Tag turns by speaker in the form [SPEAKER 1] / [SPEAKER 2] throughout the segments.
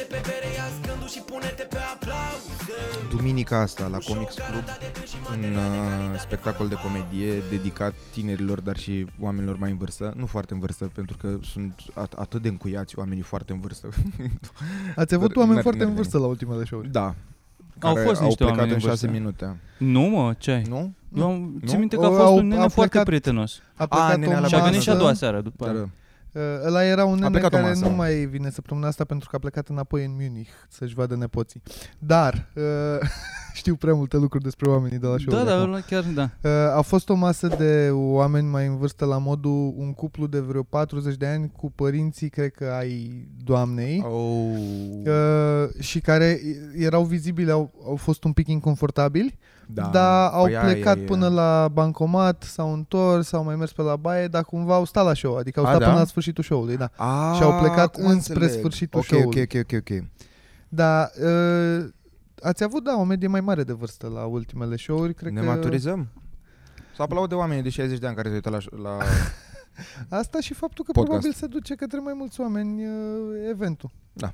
[SPEAKER 1] de pe bere, ia scându și pune-te pe aplauze
[SPEAKER 2] Duminica asta la Comics Club, un uh, spectacol de comedie dedicat tinerilor, dar și oamenilor mai în vârstă. Nu foarte în vârstă, pentru că sunt at- atât de încuiați oamenii foarte în vârstă.
[SPEAKER 3] Ați avut
[SPEAKER 2] Dar
[SPEAKER 3] oameni
[SPEAKER 2] merg-
[SPEAKER 3] foarte
[SPEAKER 2] merg
[SPEAKER 3] în vârstă la ultimele show-uri.
[SPEAKER 2] da.
[SPEAKER 4] Au
[SPEAKER 2] care
[SPEAKER 4] fost
[SPEAKER 2] au
[SPEAKER 4] niște
[SPEAKER 2] plecat
[SPEAKER 4] oameni
[SPEAKER 2] în
[SPEAKER 4] în
[SPEAKER 2] șase
[SPEAKER 4] vârstă.
[SPEAKER 2] minute.
[SPEAKER 4] Nu mă, ce ai?
[SPEAKER 2] Nu?
[SPEAKER 4] Eu am, țin
[SPEAKER 2] Nu?
[SPEAKER 4] minte că a
[SPEAKER 3] O,
[SPEAKER 4] fost
[SPEAKER 3] au-
[SPEAKER 4] un nene
[SPEAKER 3] au
[SPEAKER 4] foarte
[SPEAKER 3] plecat-
[SPEAKER 4] prietenos.
[SPEAKER 3] A
[SPEAKER 2] A,
[SPEAKER 3] plecat
[SPEAKER 2] nenea
[SPEAKER 3] o
[SPEAKER 2] la
[SPEAKER 4] Și a venit și a
[SPEAKER 2] bază.
[SPEAKER 4] doua seară după aia.
[SPEAKER 2] Dar,
[SPEAKER 3] Uh, Ăla era un nene
[SPEAKER 2] plecat o
[SPEAKER 3] care
[SPEAKER 2] masă.
[SPEAKER 3] nu mai vine săptămâna asta pentru că a plecat înapoi în Munich să-și vadă nepoții. Dar uh, știu prea multe lucruri despre oamenii de la show
[SPEAKER 4] Da, da, ăla chiar da.
[SPEAKER 3] Uh, A fost o masă de oameni mai în vârstă la modul un cuplu de vreo 40 de ani cu părinții, cred că ai doamnei.
[SPEAKER 2] oh,
[SPEAKER 3] Uh, și care erau vizibile, au, au fost un pic inconfortabili, da. dar au
[SPEAKER 2] Păi aia
[SPEAKER 3] plecat
[SPEAKER 2] e-
[SPEAKER 3] până la bancomat, s-au întors, au mai mers pe la baie, dar cumva au stat la show, adică au
[SPEAKER 2] A,
[SPEAKER 3] stat
[SPEAKER 2] da?
[SPEAKER 3] până la sfârșitul show-ului, da.
[SPEAKER 2] A,
[SPEAKER 3] și au plecat
[SPEAKER 2] acum
[SPEAKER 3] înspre
[SPEAKER 2] Ah, înțeleg.
[SPEAKER 3] sfârșitul
[SPEAKER 2] Ok,
[SPEAKER 3] show-ului.
[SPEAKER 2] Ok, ok, ok, ok.
[SPEAKER 3] Dar uh, ați avut, da, o medie mai mare de vârstă la ultimele show-uri, cred
[SPEAKER 2] ne
[SPEAKER 3] că...
[SPEAKER 2] maturizăm? Să aplaude oamenii de 60 de ani care se uită la, la...
[SPEAKER 3] Asta și faptul că
[SPEAKER 2] Podcast.
[SPEAKER 3] probabil se duce către mai mulți oameni uh, eventul. Da.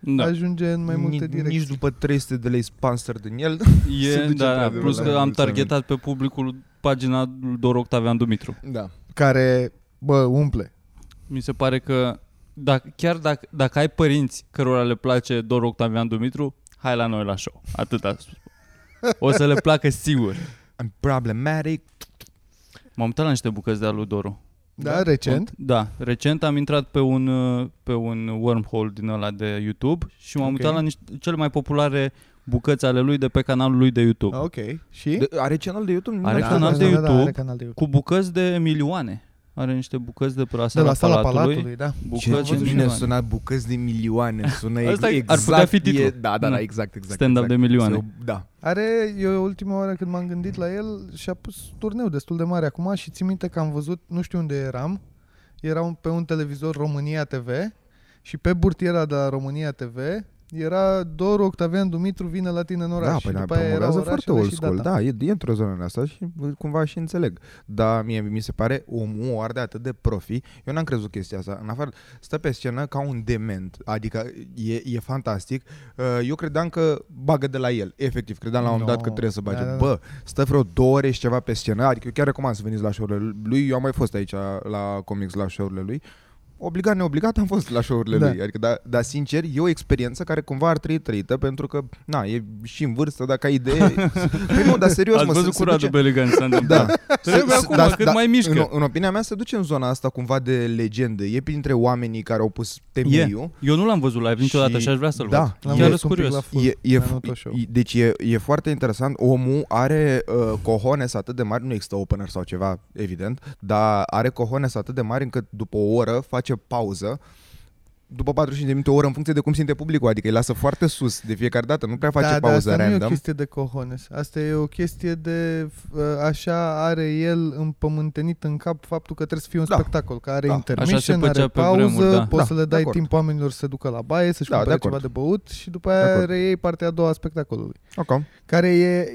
[SPEAKER 4] Da.
[SPEAKER 3] Ajunge în mai multe
[SPEAKER 2] Ni-
[SPEAKER 3] direcții.
[SPEAKER 2] Nici după 300 de lei sponsor din el. se
[SPEAKER 4] E,
[SPEAKER 2] duce
[SPEAKER 4] da, da,
[SPEAKER 2] într-adevăr
[SPEAKER 4] plus
[SPEAKER 2] la
[SPEAKER 4] că am
[SPEAKER 2] mulți oameni.
[SPEAKER 4] targetat pe publicul pagina lui Dor Octavian Dumitru.
[SPEAKER 2] Da.
[SPEAKER 3] Care, bă, umple.
[SPEAKER 4] Mi se pare că dacă, chiar dacă, dacă ai părinți cărora le place Dor Octavian Dumitru, hai la noi la show. Atâta O să le placă sigur.
[SPEAKER 2] I'm problematic.
[SPEAKER 4] M-am uitat la niște bucăți de-a lui Doru.
[SPEAKER 3] Da, da recent.
[SPEAKER 4] Da, recent am intrat pe un, uh, pe un wormhole din ăla de YouTube și m-am
[SPEAKER 3] Ok.
[SPEAKER 4] uitat la niște, cele mai populare bucăți ale lui de pe canalul lui de YouTube.
[SPEAKER 3] Ah, ok. Și?
[SPEAKER 2] De, are canal de YouTube?
[SPEAKER 4] Are
[SPEAKER 2] Nu știu.
[SPEAKER 4] canal de
[SPEAKER 3] da, Da, are
[SPEAKER 4] YouTube.
[SPEAKER 3] canal de YouTube.
[SPEAKER 4] Cu bucăți de milioane. Are niște bucăți de pe la
[SPEAKER 3] De
[SPEAKER 4] sala,
[SPEAKER 3] la sala
[SPEAKER 4] palatului.
[SPEAKER 3] palatului, da.
[SPEAKER 2] Ce
[SPEAKER 4] Bucăți
[SPEAKER 2] ce
[SPEAKER 4] de
[SPEAKER 2] bine
[SPEAKER 4] milioane.
[SPEAKER 2] sunat bucăți de milioane. Sună
[SPEAKER 4] Asta
[SPEAKER 2] ex-
[SPEAKER 4] ar
[SPEAKER 2] exact.
[SPEAKER 4] putea fi titlul.
[SPEAKER 2] E, da, da,
[SPEAKER 4] Da.
[SPEAKER 2] da, exact, exact.
[SPEAKER 4] Stand-up
[SPEAKER 2] exact.
[SPEAKER 4] de milioane.
[SPEAKER 2] Se- Da.
[SPEAKER 3] Are, eu ultima oară când m-am gândit la el și-a pus turneu destul de mare acum și țin minte că am văzut, nu știu unde eram, era un, pe un televizor România TV și pe burtiera de la România TV era Doru Octavian Dumitru vine la tine în oraș.
[SPEAKER 2] da,
[SPEAKER 3] și
[SPEAKER 2] păi da,
[SPEAKER 3] după aia era
[SPEAKER 2] promovează foarte
[SPEAKER 3] orașele
[SPEAKER 2] old
[SPEAKER 3] și
[SPEAKER 2] school.
[SPEAKER 3] data.
[SPEAKER 2] Da, e, e într-o zonă în asta și bă, cumva și înțeleg. Dar mie mi se pare omul o arde atât de profi. Eu n-am crezut chestia asta. În afară, stă pe scenă ca un dement. Adică e, e fantastic. Uh, Eu credeam că bagă de la el. Efectiv, credeam la un moment
[SPEAKER 3] No,
[SPEAKER 2] dat că trebuie să bage.
[SPEAKER 3] da, da, da.
[SPEAKER 2] Bă, stă vreo două ore și ceva pe scenă. Adică eu chiar recomand să veniți la show-urile lui. Eu am mai fost aici la comics la show-urile lui. Obligat, neobligat am fost la show-urile
[SPEAKER 3] Da.
[SPEAKER 2] da. lui, adică, dar da, sincer, e o experiență care cumva ar trebui trăită, pentru că, na, e și în vârstă, dacă ai idee... păi nu, dar serios,
[SPEAKER 4] Ați
[SPEAKER 2] mă,
[SPEAKER 4] văzut
[SPEAKER 2] se, se
[SPEAKER 4] cu Radu
[SPEAKER 2] duce...
[SPEAKER 4] Beligan s-a
[SPEAKER 2] Da.
[SPEAKER 4] întâmplat. Trebuie
[SPEAKER 2] Se- se-
[SPEAKER 4] acum,
[SPEAKER 2] da,
[SPEAKER 4] cât
[SPEAKER 2] da,
[SPEAKER 4] mai
[SPEAKER 2] În,
[SPEAKER 4] mișcă.
[SPEAKER 2] în opinia mea se duce în zona asta cumva de legendă. E printre oamenii care au pus temeiul.
[SPEAKER 4] Eu nu l-am văzut live niciodată
[SPEAKER 2] Și-
[SPEAKER 4] și aș vrea să-l
[SPEAKER 2] da,
[SPEAKER 4] văd.
[SPEAKER 3] L-am
[SPEAKER 4] Chiar
[SPEAKER 3] văzut
[SPEAKER 4] sunt
[SPEAKER 3] un pic
[SPEAKER 4] curios.
[SPEAKER 3] la fund.
[SPEAKER 2] E, e,
[SPEAKER 3] mi-am notat și eu.
[SPEAKER 2] e, deci e, e foarte interesant. Omul are uh, cohones atât de mari, nu există opener sau ceva, evident, dar are cohones atât de mari încât după o oră face pauză după 45 de minute, o oră, în funcție de cum simte publicul, adică îi lasă foarte sus de fiecare dată, nu prea face
[SPEAKER 3] da,
[SPEAKER 2] pauză
[SPEAKER 3] da, asta nu e o
[SPEAKER 2] random.
[SPEAKER 3] chestie de cohones. Asta e o chestie de f- uh, așa are el împământenit în cap faptul că trebuie să fie un
[SPEAKER 2] Da.
[SPEAKER 3] spectacol, că are
[SPEAKER 2] Da.
[SPEAKER 4] Așa se
[SPEAKER 3] intermission,
[SPEAKER 4] făcea
[SPEAKER 3] are
[SPEAKER 4] pe
[SPEAKER 3] pauză,
[SPEAKER 4] vremuri, da.
[SPEAKER 3] poți
[SPEAKER 2] Da,
[SPEAKER 3] să le
[SPEAKER 2] de
[SPEAKER 3] dai
[SPEAKER 2] acord.
[SPEAKER 3] timp oamenilor să se ducă la baie, să-și
[SPEAKER 2] Da,
[SPEAKER 3] cumpere
[SPEAKER 2] de acord.
[SPEAKER 3] ceva de băut și după
[SPEAKER 2] De
[SPEAKER 3] aia
[SPEAKER 2] acord.
[SPEAKER 3] reiei partea a doua a spectacolului.
[SPEAKER 2] Ok.
[SPEAKER 3] Care e...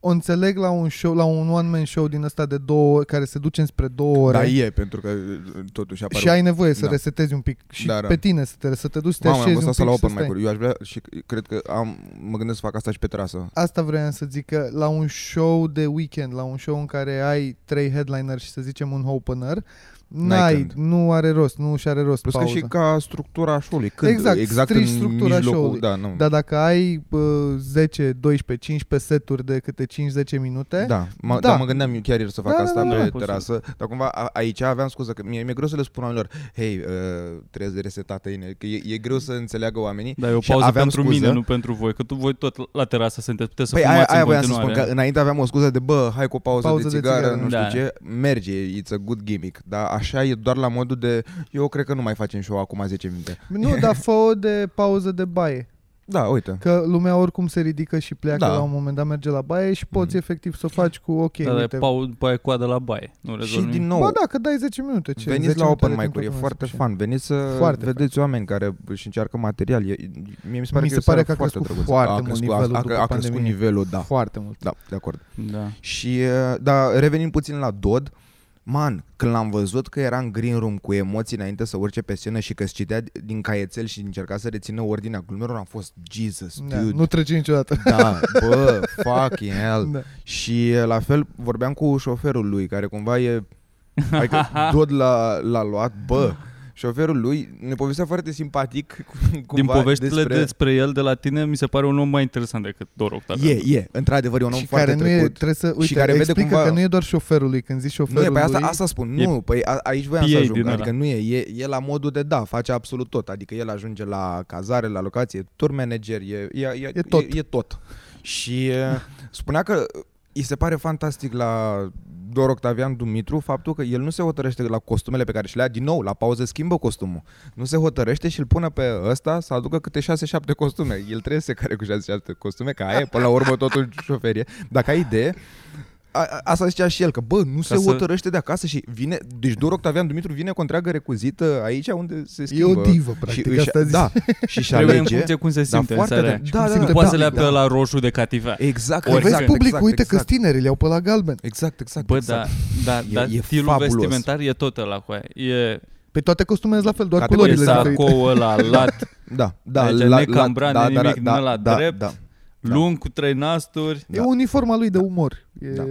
[SPEAKER 3] O înțeleg la un show, la un one-man show din ăsta de două, care se duce înspre două ore.
[SPEAKER 2] Dar Da, e, pentru că uh, totuși apare...
[SPEAKER 3] și ai nevoie să
[SPEAKER 2] Da.
[SPEAKER 3] resetezi un pic și
[SPEAKER 2] Da, da.
[SPEAKER 3] pe tine să te, să te duci să te
[SPEAKER 2] Mamă, am
[SPEAKER 3] așezi un
[SPEAKER 2] văzut
[SPEAKER 3] pic
[SPEAKER 2] asta la
[SPEAKER 3] și să
[SPEAKER 2] open
[SPEAKER 3] stai.
[SPEAKER 2] mic-uri. Eu aș vrea și cred că am, mă gândesc să fac asta și pe terasă.
[SPEAKER 3] Asta vreau să zic că la un show de weekend, la un show în care ai trei headliner și să zicem un opener, n-ai,
[SPEAKER 2] când.
[SPEAKER 3] nu are rost, nu și are rost
[SPEAKER 2] Plus
[SPEAKER 3] pauza.
[SPEAKER 2] că și ca structura show-ului. Când,
[SPEAKER 3] Exact,
[SPEAKER 2] exact în
[SPEAKER 3] strici structura
[SPEAKER 2] mijlocul,
[SPEAKER 3] show-ului.
[SPEAKER 2] Da, nu.
[SPEAKER 3] Dar dacă ai bă, 10, 12, 15 seturi de câte 5-10 minute,
[SPEAKER 2] Da, mă,
[SPEAKER 3] Da.
[SPEAKER 2] da. dar mă gândeam eu chiar ieri să fac
[SPEAKER 3] Da, da,
[SPEAKER 2] asta
[SPEAKER 3] da, da,
[SPEAKER 2] pe
[SPEAKER 4] posibil.
[SPEAKER 2] terasă, dar cumva a, aici aveam scuză că mie mi-e greu să le spun oamenilor, hei, uh, trebuie să resetate inel, că e, e greu să înțeleagă oamenii.
[SPEAKER 4] Da, e o
[SPEAKER 2] Și
[SPEAKER 4] pauză
[SPEAKER 2] aveam
[SPEAKER 4] pentru
[SPEAKER 2] scuză.
[SPEAKER 4] mine, nu pentru voi, că tu voi tot la terasă sunteți, puteți să
[SPEAKER 2] păi aia,
[SPEAKER 4] fumați
[SPEAKER 2] aia
[SPEAKER 4] în
[SPEAKER 2] voiam să spun,
[SPEAKER 4] continuare.
[SPEAKER 2] că înainte aveam o scuză de, bă, hai cu o pauză,
[SPEAKER 3] Pauză
[SPEAKER 2] de
[SPEAKER 3] de
[SPEAKER 2] țigară,
[SPEAKER 3] țigară,
[SPEAKER 2] nu știu
[SPEAKER 4] da.
[SPEAKER 2] ce, merge, it's a good gimmick, dar așa e doar la modul de, eu cred că nu mai facem show acum 10 minute.
[SPEAKER 3] nu, dar fă de pauză de baie.
[SPEAKER 2] Da, uite.
[SPEAKER 3] Că lumea oricum se ridică și pleacă
[SPEAKER 2] Da.
[SPEAKER 3] la un moment dat, merge la baie și poți
[SPEAKER 2] Mhm.
[SPEAKER 3] efectiv să o faci cu ok,
[SPEAKER 4] Da, da, e
[SPEAKER 3] uite.
[SPEAKER 4] pau, după aia coadă la baie. Nu
[SPEAKER 2] Și
[SPEAKER 4] rezolv
[SPEAKER 2] din
[SPEAKER 4] nimic.
[SPEAKER 2] nou,
[SPEAKER 3] Ba da, că dai 10 minute. Ce?
[SPEAKER 2] Veniți
[SPEAKER 3] 10
[SPEAKER 2] la open
[SPEAKER 3] minute
[SPEAKER 2] mic-uri, e
[SPEAKER 3] din
[SPEAKER 2] foarte
[SPEAKER 3] toată lumea
[SPEAKER 2] fan. Veniți să
[SPEAKER 3] Foarte
[SPEAKER 2] vedeți oameni care își încearcă material. E, mie mi se pare
[SPEAKER 3] Mi
[SPEAKER 2] că,
[SPEAKER 3] se
[SPEAKER 2] e o seară
[SPEAKER 3] pare că
[SPEAKER 2] foarte
[SPEAKER 3] a crescut
[SPEAKER 2] drăguță.
[SPEAKER 3] foarte
[SPEAKER 2] a
[SPEAKER 3] mult
[SPEAKER 2] crescut,
[SPEAKER 3] nivelul
[SPEAKER 2] a,
[SPEAKER 3] după
[SPEAKER 2] a, a crescut
[SPEAKER 3] pandemie.
[SPEAKER 2] nivelul,
[SPEAKER 3] se-
[SPEAKER 2] da.
[SPEAKER 3] Foarte mult.
[SPEAKER 2] Da, de acord.
[SPEAKER 4] Da.
[SPEAKER 2] Și uh, da, revenind puțin la Dod, Man, când l-am văzut că era în green room cu emoții înainte să urce pe scenă și că îți citea din caietel și încerca să rețină ordinea glumelor, am fost Jesus,
[SPEAKER 3] Da,
[SPEAKER 2] dude.
[SPEAKER 3] nu trece niciodată.
[SPEAKER 2] Da, bă, fucking hell.
[SPEAKER 3] Da.
[SPEAKER 2] Și la fel vorbeam cu șoferul lui, care cumva e... Adică Dod l-a, l-a luat, bă, șoferul lui ne povestea foarte simpatic cu-
[SPEAKER 4] Din
[SPEAKER 2] cumva
[SPEAKER 4] poveștile
[SPEAKER 2] despre...
[SPEAKER 4] despre... despre el de la tine, mi se pare un om mai interesant decât Dor Octavian.
[SPEAKER 2] E, e, într-adevăr, e un om
[SPEAKER 3] și
[SPEAKER 2] foarte
[SPEAKER 3] care nu e,
[SPEAKER 2] trecut.
[SPEAKER 3] trebuie să, uite,
[SPEAKER 2] care vede
[SPEAKER 3] explică
[SPEAKER 2] cumva-
[SPEAKER 3] că nu e doar șoferul lui, când zici
[SPEAKER 2] Nu,
[SPEAKER 3] șoferul
[SPEAKER 2] e, pe asta,
[SPEAKER 3] lui,
[SPEAKER 2] asta spun,
[SPEAKER 4] E-
[SPEAKER 2] nu, păi a, aici voiam să
[SPEAKER 4] PA
[SPEAKER 2] ajung,
[SPEAKER 4] din
[SPEAKER 2] adică nu e, e, e la modul de da, face absolut tot, adică el ajunge la cazare, la locație, tour manager, e, e, e,
[SPEAKER 3] E tot.
[SPEAKER 2] E, e tot. Și e, spunea că îi se pare fantastic la Dor Octavian Dumitru faptul că el nu se hotărăște la costumele pe care și le ia din nou, la pauză schimbă costumul. Nu se hotărăște și îl pune pe ăsta să aducă câte 6-7 costume. El trebuie să care cu 6-7 costume, ca aia, e, până la urmă totul șoferie. Dacă ai idee, a, a- asta zicea și el, că bă, nu se
[SPEAKER 4] să-
[SPEAKER 2] hotărăște de acasă și vine, deci Dor Octavian Dumitru vine cu o întreagă recuzită aici unde se
[SPEAKER 3] e
[SPEAKER 2] schimbă.
[SPEAKER 3] o divă, practic,
[SPEAKER 2] și, își-
[SPEAKER 3] asta zici.
[SPEAKER 2] Da, și și
[SPEAKER 4] Trebuie în
[SPEAKER 2] alege.
[SPEAKER 4] funcție cum se
[SPEAKER 2] Dar
[SPEAKER 4] simte în
[SPEAKER 2] foarte
[SPEAKER 4] seara
[SPEAKER 2] de-
[SPEAKER 4] aia.
[SPEAKER 2] da,
[SPEAKER 4] nu
[SPEAKER 2] da, da,
[SPEAKER 4] poate
[SPEAKER 2] da,
[SPEAKER 4] să le ia pe
[SPEAKER 2] da.
[SPEAKER 4] la roșu de cativea.
[SPEAKER 2] Exact,
[SPEAKER 3] Că
[SPEAKER 4] Ori-
[SPEAKER 2] exact,
[SPEAKER 3] Păi vezi publicul,
[SPEAKER 2] exact,
[SPEAKER 3] uite că
[SPEAKER 2] exact,
[SPEAKER 3] tinerii le-au pe la galben.
[SPEAKER 2] Exact, exact,
[SPEAKER 4] Bă,
[SPEAKER 2] exact.
[SPEAKER 4] da,
[SPEAKER 2] E-
[SPEAKER 4] da, da,
[SPEAKER 2] e
[SPEAKER 4] stilul
[SPEAKER 2] fabulos.
[SPEAKER 4] vestimentar e tot ăla cu aia. E,
[SPEAKER 3] Pe Păi toate costumele la fel, doar
[SPEAKER 2] Categorie
[SPEAKER 4] e
[SPEAKER 3] culorile diferite.
[SPEAKER 4] sacou ăla, lat,
[SPEAKER 2] Da, da,
[SPEAKER 4] Deci necambrat,
[SPEAKER 2] da,
[SPEAKER 4] nimic,
[SPEAKER 2] da,
[SPEAKER 4] nu la
[SPEAKER 2] da,
[SPEAKER 4] drept.
[SPEAKER 2] Da, Da.
[SPEAKER 4] lung, cu trei nasturi.
[SPEAKER 3] E uniforma lui de umor. E...
[SPEAKER 2] Da.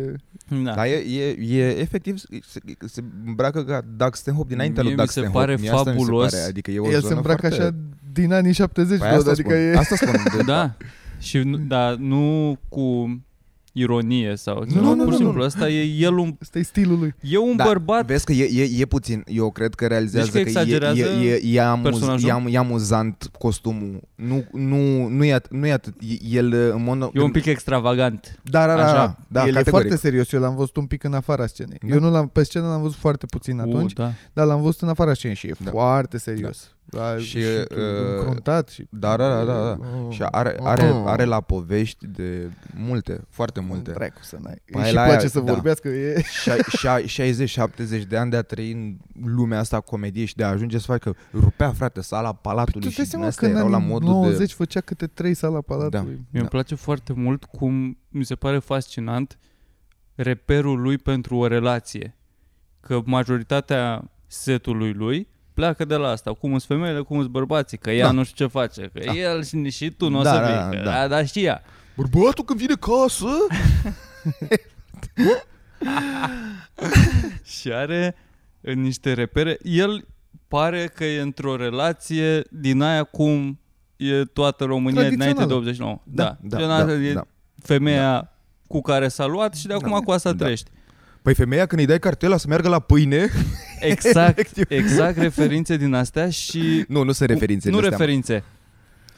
[SPEAKER 4] Da.
[SPEAKER 2] da. e, e, e efectiv, se, se îmbracă ca Doug Stanhope dinainte
[SPEAKER 4] Mie
[SPEAKER 2] lui
[SPEAKER 4] mi
[SPEAKER 2] Doug
[SPEAKER 4] se
[SPEAKER 2] Stanhope.
[SPEAKER 4] pare
[SPEAKER 2] Mie asta mi se
[SPEAKER 4] fabulos.
[SPEAKER 2] pare, Adică e o
[SPEAKER 3] El
[SPEAKER 2] zonă
[SPEAKER 3] se îmbracă
[SPEAKER 2] foarte...
[SPEAKER 3] așa din anii 70,
[SPEAKER 2] Păi
[SPEAKER 3] doar,
[SPEAKER 2] asta
[SPEAKER 3] adică
[SPEAKER 2] spun,
[SPEAKER 3] e...
[SPEAKER 2] asta spun. de-
[SPEAKER 4] Da. Și nu, da, nu cu ironie sau
[SPEAKER 2] Nu, nu,
[SPEAKER 4] pur și
[SPEAKER 2] nu,
[SPEAKER 4] simplu,
[SPEAKER 2] nu.
[SPEAKER 4] asta e el un
[SPEAKER 3] Asta e stilul lui.
[SPEAKER 4] e un
[SPEAKER 2] Da,
[SPEAKER 4] bărbat
[SPEAKER 2] Vezi că e, e, e puțin, eu cred că realizează
[SPEAKER 4] Deci că
[SPEAKER 2] că e,
[SPEAKER 4] exagerează
[SPEAKER 2] e, e, e, amuz,
[SPEAKER 4] personajul?
[SPEAKER 2] e, am, e amuzant costumul. Nu, nu, nu, e, at- nu e atât. E- El în mod...
[SPEAKER 4] e un pic extravagant.
[SPEAKER 2] Da, da, da,
[SPEAKER 4] așa.
[SPEAKER 2] da, da
[SPEAKER 3] El e
[SPEAKER 2] categoric.
[SPEAKER 3] foarte serios, eu l-am văzut un pic în afara scenei.
[SPEAKER 2] Da.
[SPEAKER 3] Eu nu l-am, pe scenă l-am văzut foarte puțin atunci,
[SPEAKER 4] uh, da.
[SPEAKER 3] dar l-am văzut în afara scenei și e
[SPEAKER 2] Da.
[SPEAKER 3] foarte serios. Da.
[SPEAKER 2] Și,
[SPEAKER 3] Și,
[SPEAKER 2] uh,
[SPEAKER 3] încruntat și...
[SPEAKER 2] Da, da, da, da, da.
[SPEAKER 3] Oh,
[SPEAKER 2] Și are, are,
[SPEAKER 3] oh.
[SPEAKER 2] are la povești de multe, foarte multe.
[SPEAKER 3] Dracu să n-ai.
[SPEAKER 2] Păi
[SPEAKER 3] Îi și
[SPEAKER 2] la
[SPEAKER 3] place
[SPEAKER 2] aia,
[SPEAKER 3] să
[SPEAKER 2] da.
[SPEAKER 3] vorbească, e...
[SPEAKER 2] Șa- șa- 60-70 de ani de a trăi în lumea asta a comediei și de a ajunge să facă rupea, frate, sala
[SPEAKER 3] Păi Tu
[SPEAKER 2] palatului
[SPEAKER 3] îți dai
[SPEAKER 2] și din
[SPEAKER 3] seama că
[SPEAKER 2] astea
[SPEAKER 3] în
[SPEAKER 2] erau la
[SPEAKER 3] anii
[SPEAKER 2] modul
[SPEAKER 3] 90
[SPEAKER 2] de...
[SPEAKER 3] făcea câte trei sala palatului.
[SPEAKER 4] Mi-e
[SPEAKER 2] Da.
[SPEAKER 4] place foarte mult cum mi se pare fascinant reperul lui pentru o relație. Că majoritatea setului lui pleacă de la asta. Cum sunt femeile, cum sunt bărbații, că ea
[SPEAKER 2] Da.
[SPEAKER 4] nu știu ce face, că
[SPEAKER 2] Da.
[SPEAKER 4] el și, și tu nu o
[SPEAKER 2] Da,
[SPEAKER 4] să
[SPEAKER 2] da,
[SPEAKER 4] vii,
[SPEAKER 2] da,
[SPEAKER 4] că-
[SPEAKER 2] da.
[SPEAKER 4] da, da, și ea.
[SPEAKER 2] Bărbatul când vine casă...
[SPEAKER 4] și are uh, niște repere. El pare că e într-o relație din aia cum e toată România dinainte
[SPEAKER 3] Tradițională.
[SPEAKER 4] de 89.
[SPEAKER 2] Da, da,
[SPEAKER 4] Gen,
[SPEAKER 2] da,
[SPEAKER 4] asta e
[SPEAKER 2] da.
[SPEAKER 4] femeia cu care s-a luat și de acum
[SPEAKER 2] Da.
[SPEAKER 4] cu asta
[SPEAKER 2] Da.
[SPEAKER 4] trăiești.
[SPEAKER 2] Păi femeia când îi dai cartela să meargă la pâine...
[SPEAKER 4] Exact, exact referințe din astea și
[SPEAKER 2] Nu, nu sunt referințe.
[SPEAKER 4] nu
[SPEAKER 2] din astea.
[SPEAKER 4] referințe.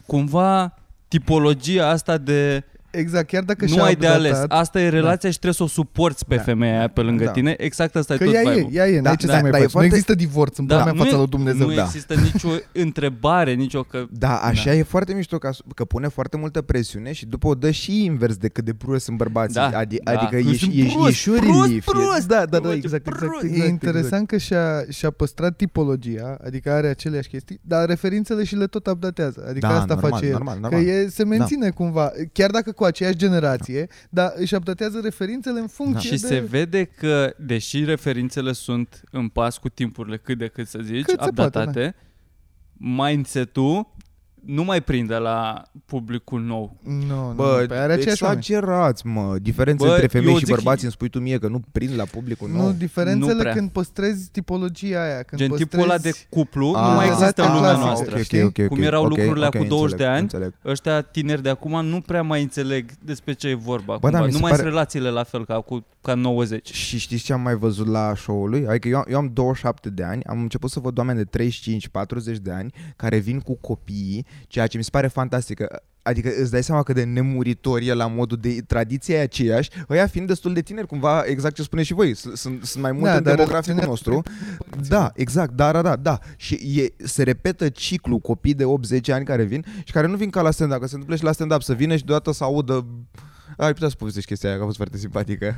[SPEAKER 4] Cumva tipologia asta de
[SPEAKER 3] Exact, chiar dacă
[SPEAKER 4] nu
[SPEAKER 3] și-a
[SPEAKER 4] ai de
[SPEAKER 3] updatat-
[SPEAKER 4] ales. Asta e relația și trebuie să o suporți pe
[SPEAKER 2] Da.
[SPEAKER 4] femeia aia pe lângă
[SPEAKER 2] Da.
[SPEAKER 4] tine. Exact asta
[SPEAKER 3] Că
[SPEAKER 4] e tot
[SPEAKER 3] ea e,
[SPEAKER 4] vibe-ul.
[SPEAKER 3] ea e, n-ai
[SPEAKER 2] Da,
[SPEAKER 3] ce
[SPEAKER 2] da,
[SPEAKER 3] să mai
[SPEAKER 2] dar e
[SPEAKER 3] faci. Nu
[SPEAKER 2] foarte-
[SPEAKER 3] există divorț în da, mea
[SPEAKER 4] nu,
[SPEAKER 3] fața
[SPEAKER 4] e-
[SPEAKER 3] lui Dumnezeu.
[SPEAKER 4] nu
[SPEAKER 2] da.
[SPEAKER 4] există nicio întrebare, nicio că
[SPEAKER 2] Da, așa da. e foarte mișto că, că pune foarte multă presiune și după o dă și invers de cât de prost sunt bărbații.
[SPEAKER 4] Da,
[SPEAKER 2] Adi,
[SPEAKER 4] da.
[SPEAKER 2] Adică
[SPEAKER 4] Eu
[SPEAKER 2] ești,
[SPEAKER 4] sunt
[SPEAKER 2] ești,
[SPEAKER 4] prost,
[SPEAKER 2] ești un
[SPEAKER 4] prost,
[SPEAKER 2] relief.
[SPEAKER 4] prost,
[SPEAKER 2] e, da, da,
[SPEAKER 4] mă,
[SPEAKER 2] da,
[SPEAKER 4] ce
[SPEAKER 2] exact, exact,
[SPEAKER 4] prost.
[SPEAKER 2] exact.
[SPEAKER 3] E interesant că și-a, și-a păstrat tipologia, adică are aceleași chestii, dar referințele și le tot updatează. Adică
[SPEAKER 2] Da,
[SPEAKER 3] asta
[SPEAKER 2] normal,
[SPEAKER 3] face el.
[SPEAKER 2] normal,
[SPEAKER 3] că
[SPEAKER 2] normal.
[SPEAKER 3] e, se menține cumva, chiar dacă cu aceeași generație, dar își updatează referințele în funcție
[SPEAKER 2] Da.
[SPEAKER 4] Și
[SPEAKER 3] de...
[SPEAKER 4] se vede că, deși referințele sunt în pas cu timpurile cât de cât să zici,
[SPEAKER 3] Cât se poate,
[SPEAKER 4] updatate, mindset-ul nu mai prinde la publicul nou.
[SPEAKER 3] Nu, nu,
[SPEAKER 2] Bă,
[SPEAKER 3] pe păi are
[SPEAKER 4] exact.
[SPEAKER 3] aceiași oameni.
[SPEAKER 2] exagerați, mă. Diferența
[SPEAKER 4] Bă,
[SPEAKER 2] între
[SPEAKER 4] eu
[SPEAKER 2] femei și
[SPEAKER 4] zic-
[SPEAKER 2] bărbați îmi spui tu mie că nu prind la publicul
[SPEAKER 3] Nu,
[SPEAKER 2] nou.
[SPEAKER 3] diferențele
[SPEAKER 4] prea.
[SPEAKER 3] când păstrezi tipologia aia, când
[SPEAKER 4] Gen
[SPEAKER 3] păstrezi...
[SPEAKER 4] tipul ăla de cuplu
[SPEAKER 2] Ah,
[SPEAKER 4] nu mai
[SPEAKER 3] da,
[SPEAKER 4] există în
[SPEAKER 3] da,
[SPEAKER 4] lumea
[SPEAKER 3] clasic.
[SPEAKER 4] noastră.
[SPEAKER 2] Ok,
[SPEAKER 3] știi?
[SPEAKER 2] ok, ok,
[SPEAKER 4] Cum erau
[SPEAKER 2] ok,
[SPEAKER 4] lucrurile
[SPEAKER 2] ok,
[SPEAKER 4] cu 20 de ani.
[SPEAKER 2] Înțeleg.
[SPEAKER 4] Ăștia tineri de acum nu prea mai înțeleg despre ce e vorba.
[SPEAKER 2] da,
[SPEAKER 4] cumva.
[SPEAKER 2] mi se
[SPEAKER 4] nu mai
[SPEAKER 2] pare-
[SPEAKER 4] sunt relațiile la fel ca, cu, ca în 90.
[SPEAKER 2] Deci, Și știți ce am mai văzut la show-ul lui? Adică eu, eu am 27 de ani, am început să văd oameni de 35-40 de ani care vin cu copiii, ceea ce mi se pare fantastic. Adică îți dai seama că de nemuritor e la modul de tradiție e aceeași, ăia fiind destul de tineri, cumva exact ce spuneți și voi, s- sunt, sunt mai multe
[SPEAKER 3] Da,
[SPEAKER 2] în
[SPEAKER 3] dar
[SPEAKER 2] demograficul
[SPEAKER 3] relaționează
[SPEAKER 2] nostru. Da, exact, da, da, da, da. Și e, se repetă ciclu copii de 8-10 ani care vin și care nu vin ca la stand-up, că se întâmplă și la stand-up să vină și deodată să audă ai putea să povestești chestia aia, că a fost foarte simpatică.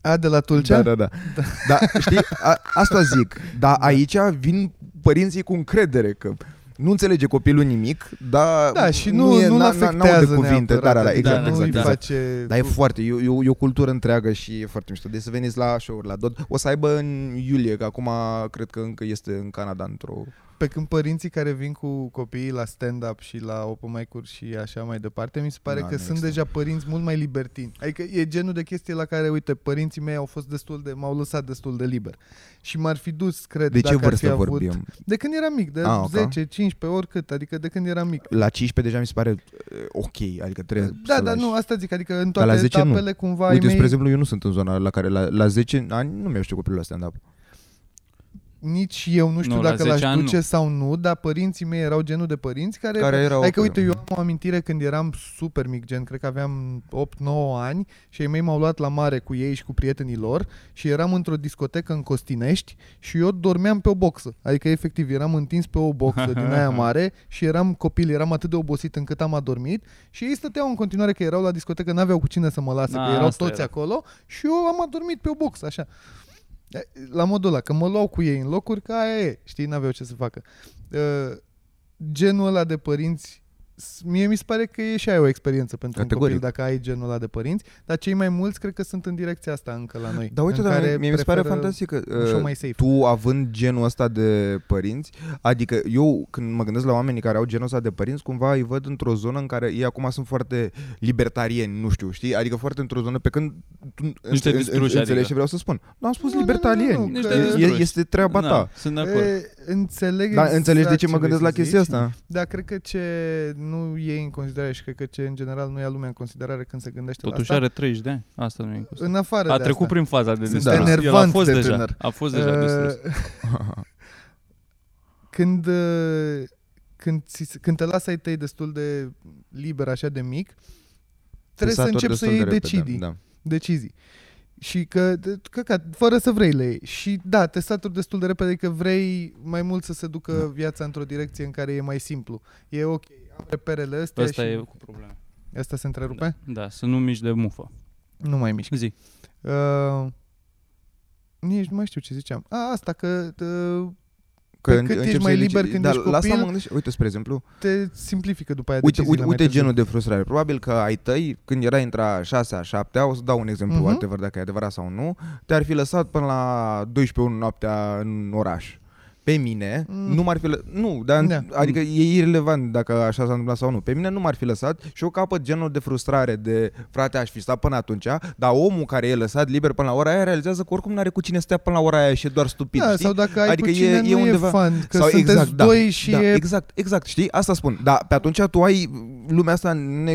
[SPEAKER 3] A, de la Tulcea?
[SPEAKER 2] Da, da, da. da știi, a, asta zic. Dar aici vin părinții cu încredere că Nu înțelege copilul nimic, dar
[SPEAKER 3] Da, și nu,
[SPEAKER 2] uh, e-
[SPEAKER 3] nu
[SPEAKER 2] n-a- n-a- n-au
[SPEAKER 3] afectează
[SPEAKER 2] de cuvinte,
[SPEAKER 3] neapărat,
[SPEAKER 2] da, da, da,
[SPEAKER 3] adică
[SPEAKER 2] exact,
[SPEAKER 4] da,
[SPEAKER 3] nu
[SPEAKER 2] exact,
[SPEAKER 3] îi
[SPEAKER 2] exact.
[SPEAKER 3] face...
[SPEAKER 2] Dar e foarte, e, e, o- e o cultură întreagă și e foarte mișto. Deci să veniți la show-uri la Dod. O să aibă în iulie, că acum cred că încă este în Canada într-o...
[SPEAKER 3] Pe când părinții care vin cu copiii la stand-up și la open mic-uri și așa mai departe, mi se pare
[SPEAKER 2] Da,
[SPEAKER 3] că
[SPEAKER 2] next.
[SPEAKER 3] sunt deja părinți mult mai libertini. Adică e genul de chestie la care, uite, părinții mei au fost destul de, m-au lăsat destul de liber. Și m-ar fi dus, cred,
[SPEAKER 2] De
[SPEAKER 3] dacă
[SPEAKER 2] ce
[SPEAKER 3] ar fi
[SPEAKER 2] vârstă
[SPEAKER 3] avut...
[SPEAKER 2] vorbim?
[SPEAKER 3] De când eram mic, de
[SPEAKER 2] Ah,
[SPEAKER 3] A,
[SPEAKER 2] ok.
[SPEAKER 3] 10, 15, oricât, adică de când eram mic.
[SPEAKER 2] La 15 deja mi se pare eh, ok, adică trebuie
[SPEAKER 3] Da,
[SPEAKER 2] să
[SPEAKER 3] dar
[SPEAKER 2] lași.
[SPEAKER 3] nu, asta zic, adică în
[SPEAKER 2] Dar
[SPEAKER 3] toate
[SPEAKER 2] la 10 nu.
[SPEAKER 3] etapele cumva ai
[SPEAKER 2] Uite,
[SPEAKER 3] mei,
[SPEAKER 2] spre exemplu, eu nu sunt în zona la care la, la 10 ani nu mi-au știut copilul la stand-up.
[SPEAKER 3] nici eu nu știu
[SPEAKER 4] Nu, la
[SPEAKER 3] dacă
[SPEAKER 4] 10
[SPEAKER 3] l-aș
[SPEAKER 4] ani
[SPEAKER 3] duce sau nu, dar părinții mei erau genul de părinți care,
[SPEAKER 2] Care erau
[SPEAKER 3] Adică,
[SPEAKER 2] ok.
[SPEAKER 3] uite, eu am o amintire când eram super mic, gen, cred că aveam 8-9 ani și ei mei m-au luat la mare cu ei și cu prietenii lor și eram într-o discotecă în Costinești și eu dormeam pe o boxă. Adică, efectiv, eram întins pe o boxă din aia mare și eram copil, eram atât de obosit încât am adormit și ei stăteau în continuare că erau la discotecă, n-aveau cu cine să mă lasă,
[SPEAKER 4] Na,
[SPEAKER 3] că erau
[SPEAKER 4] Ah, asta
[SPEAKER 3] toți
[SPEAKER 4] era.
[SPEAKER 3] acolo și eu am adormit pe o boxă, așa. La modul ăla, că mă luau cu ei în locuri ca aia e, știi, n-aveau ce să facă. Uh, genul ăla de părinți, s- mie mi se pare că e și ai o experiență pentru
[SPEAKER 2] Categoric.
[SPEAKER 3] un copil dacă ai genul ăla de părinți, dar cei mai mulți cred că sunt în direcția asta încă la noi.
[SPEAKER 2] Dar Da, uite,
[SPEAKER 3] în
[SPEAKER 2] dar
[SPEAKER 3] care
[SPEAKER 2] mie- mie mi se pare
[SPEAKER 3] preferă
[SPEAKER 2] fantastic că
[SPEAKER 3] un show
[SPEAKER 2] eh,
[SPEAKER 3] mai safe.
[SPEAKER 2] tu având genul ăsta de părinți, adică eu când mă gândesc la oamenii care au genul ăsta de părinți, cumva îi văd într-o zonă în care ei acum sunt foarte libertarieni, nu știu, știi? Adică foarte într-o zonă pe când tu înțe-
[SPEAKER 4] Niște
[SPEAKER 2] înțe-
[SPEAKER 4] distruși,
[SPEAKER 2] înțelegi
[SPEAKER 4] adică.
[SPEAKER 2] ce vreau să spun. Nu am spus
[SPEAKER 3] Nu, nu, nu, nu, nu,
[SPEAKER 2] libertarieni.
[SPEAKER 3] Niște
[SPEAKER 2] E- e-
[SPEAKER 4] distruși.
[SPEAKER 2] Este treaba
[SPEAKER 4] Da.
[SPEAKER 2] ta.
[SPEAKER 4] sunt de acord.
[SPEAKER 3] E, înțeleg
[SPEAKER 2] Dar Da, înțelegi de ce mă
[SPEAKER 3] Exact. vrei
[SPEAKER 2] gândesc
[SPEAKER 3] să
[SPEAKER 2] la
[SPEAKER 3] zici,
[SPEAKER 2] chestia asta?
[SPEAKER 3] Dar cred că ce nu e în considerare și cred că ce în general nu ia lumea în considerare când se gândește
[SPEAKER 4] Totuși
[SPEAKER 3] la asta.
[SPEAKER 4] are 30 de ani. Asta nu e inclus.
[SPEAKER 3] În afară
[SPEAKER 4] A
[SPEAKER 3] de
[SPEAKER 4] trecut
[SPEAKER 3] asta.
[SPEAKER 4] prin faza de
[SPEAKER 3] Sunt
[SPEAKER 4] distrus. El a
[SPEAKER 3] enervant
[SPEAKER 4] fost
[SPEAKER 3] de
[SPEAKER 4] deja.
[SPEAKER 3] tânăr.
[SPEAKER 4] A fost deja distrus.
[SPEAKER 3] Uh, când, uh, când, ți- când te lasă ai tăi destul de liber așa de mic, trebuie să
[SPEAKER 2] Satori
[SPEAKER 3] începi să
[SPEAKER 2] destul
[SPEAKER 3] iei
[SPEAKER 2] de repede,
[SPEAKER 3] decidii,
[SPEAKER 2] Da.
[SPEAKER 3] decizii. Și că, că, că, fără să vrei le iei. Și da, te saturi destul de repede că vrei mai mult să se ducă da. viața într-o direcție în care e mai simplu. E ok, am reperele astea
[SPEAKER 4] Asta
[SPEAKER 3] și...
[SPEAKER 4] e cu problema.
[SPEAKER 3] Asta se întrerupe?
[SPEAKER 4] Da, să nu mici de mufă.
[SPEAKER 3] Da. Nu mai mișc.
[SPEAKER 4] Zi.
[SPEAKER 3] Uh, nici nu mai știu ce ziceam. A, asta că uh, Pe cât ești
[SPEAKER 2] încep
[SPEAKER 3] mai
[SPEAKER 2] să iei
[SPEAKER 3] liber
[SPEAKER 2] decizii.
[SPEAKER 3] când
[SPEAKER 2] Dar
[SPEAKER 3] ești
[SPEAKER 2] la asta
[SPEAKER 3] copil-
[SPEAKER 2] mă gândesc, și- uite, spre exemplu,
[SPEAKER 3] te simplifică după aia
[SPEAKER 2] Uite,
[SPEAKER 3] deciziile
[SPEAKER 2] uite,
[SPEAKER 3] mai
[SPEAKER 2] uite
[SPEAKER 3] târziu.
[SPEAKER 2] genul de frustrare. Probabil că ai tăi, când era intra 6 a 7 o să dau un exemplu,
[SPEAKER 3] Mhm.
[SPEAKER 2] uh-huh. adevăr dacă e adevărat sau nu, te-ar fi lăsat până la 12 noaptea în oraș. Pe mine
[SPEAKER 3] Mm.
[SPEAKER 2] mm. nu m-ar fi lăsat, nu, dar
[SPEAKER 3] Da.
[SPEAKER 2] da. adică e irrelevant dacă așa s-a întâmplat sau nu. Pe mine nu m-ar fi lăsat și eu capăt genul de frustrare de frate aș fi stat până atunci, dar omul care e lăsat liber până la ora aia realizează că oricum n-are cu cine să stea până la ora aia și e doar stupid,
[SPEAKER 3] Da,
[SPEAKER 2] știi?
[SPEAKER 3] sau dacă ai
[SPEAKER 2] Adică
[SPEAKER 3] cu cine,
[SPEAKER 2] e-
[SPEAKER 3] nu
[SPEAKER 2] e undeva-
[SPEAKER 3] fun, că sunteți doi
[SPEAKER 2] da,
[SPEAKER 3] și
[SPEAKER 2] da,
[SPEAKER 3] e...
[SPEAKER 2] exact, exact, știi? Asta spun. Da, pe atunci tu ai lumea asta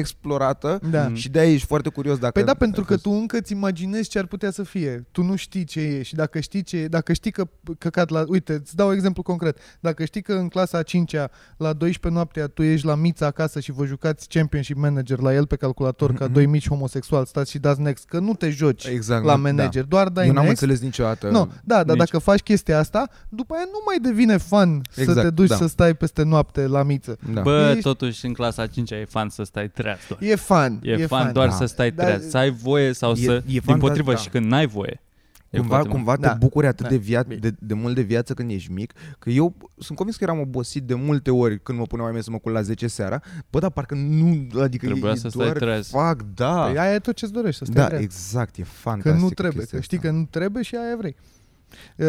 [SPEAKER 2] neexplorată Mm.
[SPEAKER 3] Da.
[SPEAKER 2] și de-aia ești foarte curios dacă...
[SPEAKER 3] Păi da, pentru că tu încă îți imaginezi ce ar putea să fie. Tu nu știi ce e și dacă știi ce e, dacă știi că căcat la... Uite, îți dau exemplu concret. Dacă știi că în clasa a 5-a, la 12 noaptea, tu ești la mița acasă și vă jucați championship manager la el pe calculator ca doi mici homosexuali, stați și dați next, că nu te joci
[SPEAKER 2] Mm-hmm. Exact,
[SPEAKER 3] la
[SPEAKER 2] nu-
[SPEAKER 3] manager, doar
[SPEAKER 2] Da.
[SPEAKER 3] dai
[SPEAKER 2] Eu n-am
[SPEAKER 3] next.
[SPEAKER 2] înțeles niciodată.
[SPEAKER 3] Nu, da, dar
[SPEAKER 4] nici.
[SPEAKER 3] dacă faci chestia asta, după aia nu mai devine fan să
[SPEAKER 2] Exact,
[SPEAKER 3] te duci
[SPEAKER 2] da.
[SPEAKER 3] să stai peste noapte la miță.
[SPEAKER 2] Da.
[SPEAKER 4] Bă,
[SPEAKER 3] Ești-
[SPEAKER 4] totuși în clasa 5 e fan să stai treaz doar.
[SPEAKER 3] E fan.
[SPEAKER 4] E, fan, doar
[SPEAKER 2] Da.
[SPEAKER 4] să stai
[SPEAKER 3] Dar-
[SPEAKER 4] treaz, să ai voie sau
[SPEAKER 2] E-
[SPEAKER 4] să...
[SPEAKER 2] e
[SPEAKER 4] din
[SPEAKER 2] fan,
[SPEAKER 4] potrivă
[SPEAKER 2] da.
[SPEAKER 4] și când n-ai voie. E
[SPEAKER 2] cumva,
[SPEAKER 4] foarte mult.
[SPEAKER 2] cumva
[SPEAKER 3] Da.
[SPEAKER 2] te bucuri atât
[SPEAKER 3] Da.
[SPEAKER 2] de, via- de, de, mult de viață când ești mic, că eu sunt convins că eram obosit de multe ori când mă puneam mai să mă cul la 10 seara, bă, dar parcă nu, adică
[SPEAKER 4] Trebuia
[SPEAKER 2] e,
[SPEAKER 4] să
[SPEAKER 2] e
[SPEAKER 4] stai
[SPEAKER 2] doar,
[SPEAKER 4] treaz.
[SPEAKER 2] fac, da.
[SPEAKER 3] Păi aia e tot ce-ți dorești, să stai
[SPEAKER 2] da,
[SPEAKER 3] drept.
[SPEAKER 2] exact, e
[SPEAKER 3] Că
[SPEAKER 2] fantastic.
[SPEAKER 3] nu trebuie, că
[SPEAKER 2] chestia
[SPEAKER 3] știi
[SPEAKER 2] asta.
[SPEAKER 3] că nu trebuie și aia vrei. Uh,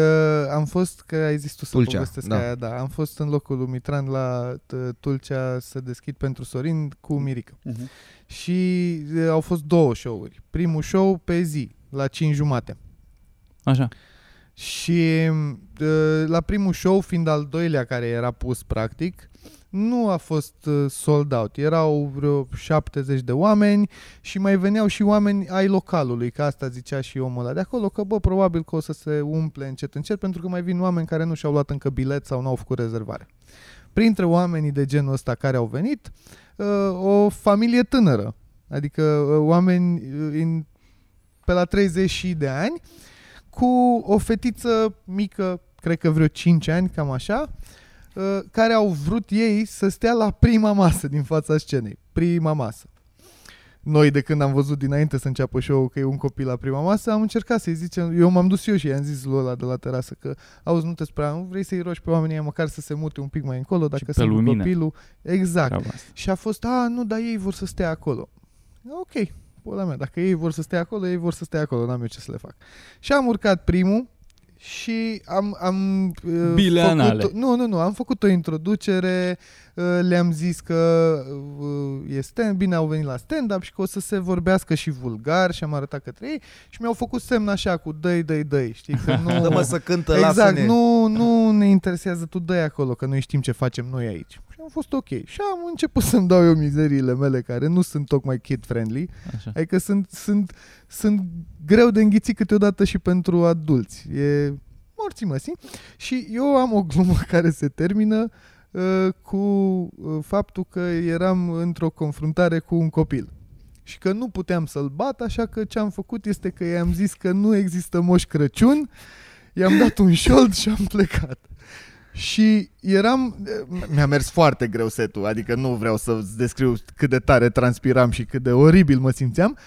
[SPEAKER 3] am fost, că ai zis tu să
[SPEAKER 2] Tulcea,
[SPEAKER 3] povestesc
[SPEAKER 2] da.
[SPEAKER 3] aia, da. Am fost în locul lui Mitran la uh, Tulcea să deschid pentru Sorin cu Mirica. Și uh, au fost două show-uri. Primul show pe zi, la 5 jumate.
[SPEAKER 4] Așa.
[SPEAKER 3] Și uh, la primul show, fiind al doilea care era pus practic, nu a fost uh, sold out. Erau vreo 70 de oameni și mai veneau și oameni ai localului, că asta zicea și omul ăla de acolo, că bă, probabil că o să se umple încet încet, pentru că mai vin oameni care nu și-au luat încă bilet sau nu au făcut rezervare. Printre oamenii de genul ăsta care au venit, uh, o familie tânără, adică uh, oameni uh, in, pe la 30 și de ani, cu o fetiță mică, cred că vreo 5 ani, cam așa, uh, care au vrut ei să stea la prima masă din fața scenei. Prima masă. noi de când am văzut dinainte să înceapă show că e un copil la prima masă, am încercat să-i zicem, eu m-am dus eu și i-am zis lui ăla de la terasă că, auzi, nu te spera, nu vrei să-i rogi pe oamenii ăia măcar să se mute un pic mai încolo, dacă
[SPEAKER 4] pe
[SPEAKER 3] sunt cu
[SPEAKER 4] lumină.
[SPEAKER 3] copilul. Exact.
[SPEAKER 4] Treaba asta.
[SPEAKER 3] Și a fost, a, nu, dar ei vor să stea acolo. Ok, pula mea, dacă ei vor să stea acolo, ei vor să stea acolo, n-am eu ce să le fac. Și am urcat primul și am, am uh,
[SPEAKER 4] Bile
[SPEAKER 3] făcut,
[SPEAKER 4] anale.
[SPEAKER 3] Nu, nu, nu, am făcut o introducere, uh, le-am zis că uh, e stand, bine au venit la stand-up și că o să se vorbească și vulgar și am arătat către ei și mi-au făcut semn așa cu dăi, dăi, dăi, știi, că nu...
[SPEAKER 5] Dă-mă să cântă,
[SPEAKER 3] Exact,
[SPEAKER 5] lasă-ne.
[SPEAKER 3] nu, nu ne interesează, tu dai acolo, că noi știm ce facem noi aici. Și am fost ok. Și am început să-mi dau eu mizeriile mele, care nu sunt tocmai kid-friendly,
[SPEAKER 4] Așa.
[SPEAKER 3] adică sunt, sunt, sunt greu de înghițit câteodată și pentru adulți. E morții măsii. Și eu am o glumă care se termină uh, cu uh, faptul că eram într-o confruntare cu un copil și că nu puteam să-l bat, așa că ce am făcut este că i-am zis că nu există Moș Crăciun, i-am dat un șold și am plecat. Și eram... Mi-a mers foarte greu setul, adică nu vreau să descriu cât de tare transpiram și cât de oribil mă simțeam,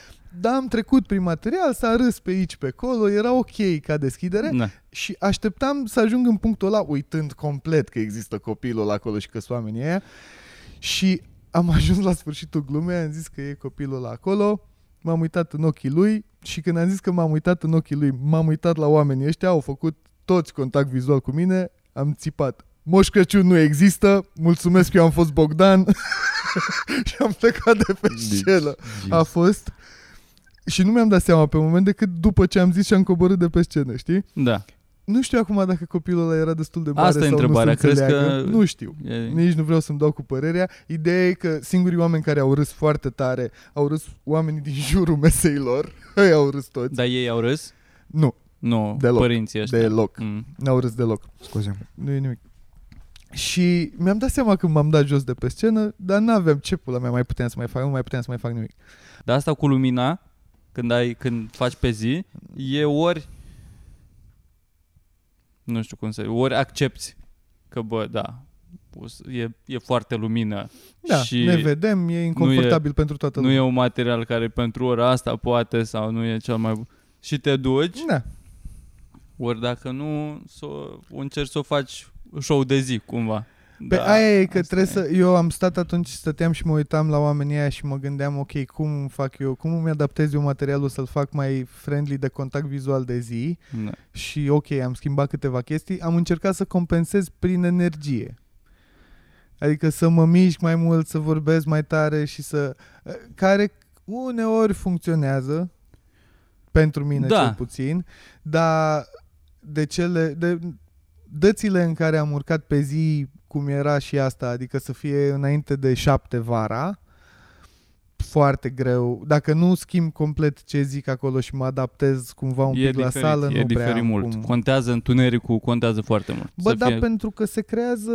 [SPEAKER 3] dar am trecut prin material, s-a râs pe aici, pe acolo, era ok ca deschidere
[SPEAKER 4] Da.
[SPEAKER 3] și așteptam să ajung în punctul ăla uitând complet că există copilul ăla acolo și că sunt oamenii aia și am ajuns la sfârșitul glumei, am zis că e copilul ăla acolo, m-am uitat în ochii lui și când am zis că m-am uitat în ochii lui, m-am uitat la oamenii ăștia, au făcut toți contact vizual cu mine, am țipat. Moș Crăciun nu există, mulțumesc, eu am fost Bogdan și am plecat de pe scenă. A fost și nu mi-am dat seama pe moment decât după ce am zis și am coborât de pe scenă, știi?
[SPEAKER 4] Da.
[SPEAKER 3] Nu știu acum dacă copilul ăla era destul de mare
[SPEAKER 4] Asta e
[SPEAKER 3] sau
[SPEAKER 4] întrebarea,
[SPEAKER 3] nu se
[SPEAKER 4] crezi că-
[SPEAKER 3] înțeleagă. Nu știu.
[SPEAKER 4] E,
[SPEAKER 3] Nici nu vreau să-mi dau cu părerea. Ideea e că singurii oameni care au râs foarte tare au râs oamenii din jurul mesei lor. Ei au râs toți.
[SPEAKER 4] dar ei au râs?
[SPEAKER 3] Nu,
[SPEAKER 4] Nu,
[SPEAKER 3] Deloc.
[SPEAKER 4] părinții Da. ăștia.
[SPEAKER 3] deloc.
[SPEAKER 4] Mm.
[SPEAKER 3] N-au râs deloc.
[SPEAKER 2] Scuze.
[SPEAKER 3] Nu e nimic. Și mi-am dat seama când m-am dat jos de pe scenă, dar n-aveam ce pula mea mai puteam să mai fac, nu mai puteam să mai fac nimic.
[SPEAKER 4] Dar asta cu lumina, când, ai, când faci pe zi, e ori, nu știu cum să ori accepti că, bă, da, o să- e, e foarte lumină
[SPEAKER 3] Da,
[SPEAKER 4] și
[SPEAKER 3] ne vedem, e inconfortabil pentru toată
[SPEAKER 4] nu
[SPEAKER 3] lumea.
[SPEAKER 4] e un material care pentru ora asta poate sau nu e cel mai bun. Și te duci,
[SPEAKER 3] Da,
[SPEAKER 4] ori dacă nu, să o încerci să o faci show de zi, cumva.
[SPEAKER 3] Pe
[SPEAKER 4] da,
[SPEAKER 3] da, aia e că
[SPEAKER 4] asta
[SPEAKER 3] trebuie să... Eu am stat atunci, stăteam și mă uitam la oamenii aia și mă gândeam, ok, cum fac eu, cum îmi adaptez eu materialul să-l fac mai friendly de contact vizual de zi
[SPEAKER 4] Da.
[SPEAKER 3] și ok, am schimbat câteva chestii, am încercat să compensez prin energie. Adică să mă mișc mai mult, să vorbesc mai tare și să... eh, Care uneori funcționează, pentru mine
[SPEAKER 4] Da.
[SPEAKER 3] cel puțin, dar de cele... De, dățile în care am urcat pe zi, cum era și asta, adică să fie înainte de șapte vara, foarte greu. Dacă nu schimb complet ce zic acolo și mă adaptez cumva un
[SPEAKER 4] e
[SPEAKER 3] pic
[SPEAKER 4] diferit,
[SPEAKER 3] la sală,
[SPEAKER 4] e
[SPEAKER 3] nu
[SPEAKER 4] diferit
[SPEAKER 3] prea am
[SPEAKER 4] mult.
[SPEAKER 3] Cum.
[SPEAKER 4] Contează întunericul, contează foarte mult.
[SPEAKER 3] Bă,
[SPEAKER 4] Să
[SPEAKER 3] da,
[SPEAKER 4] fie-
[SPEAKER 3] pentru că se creează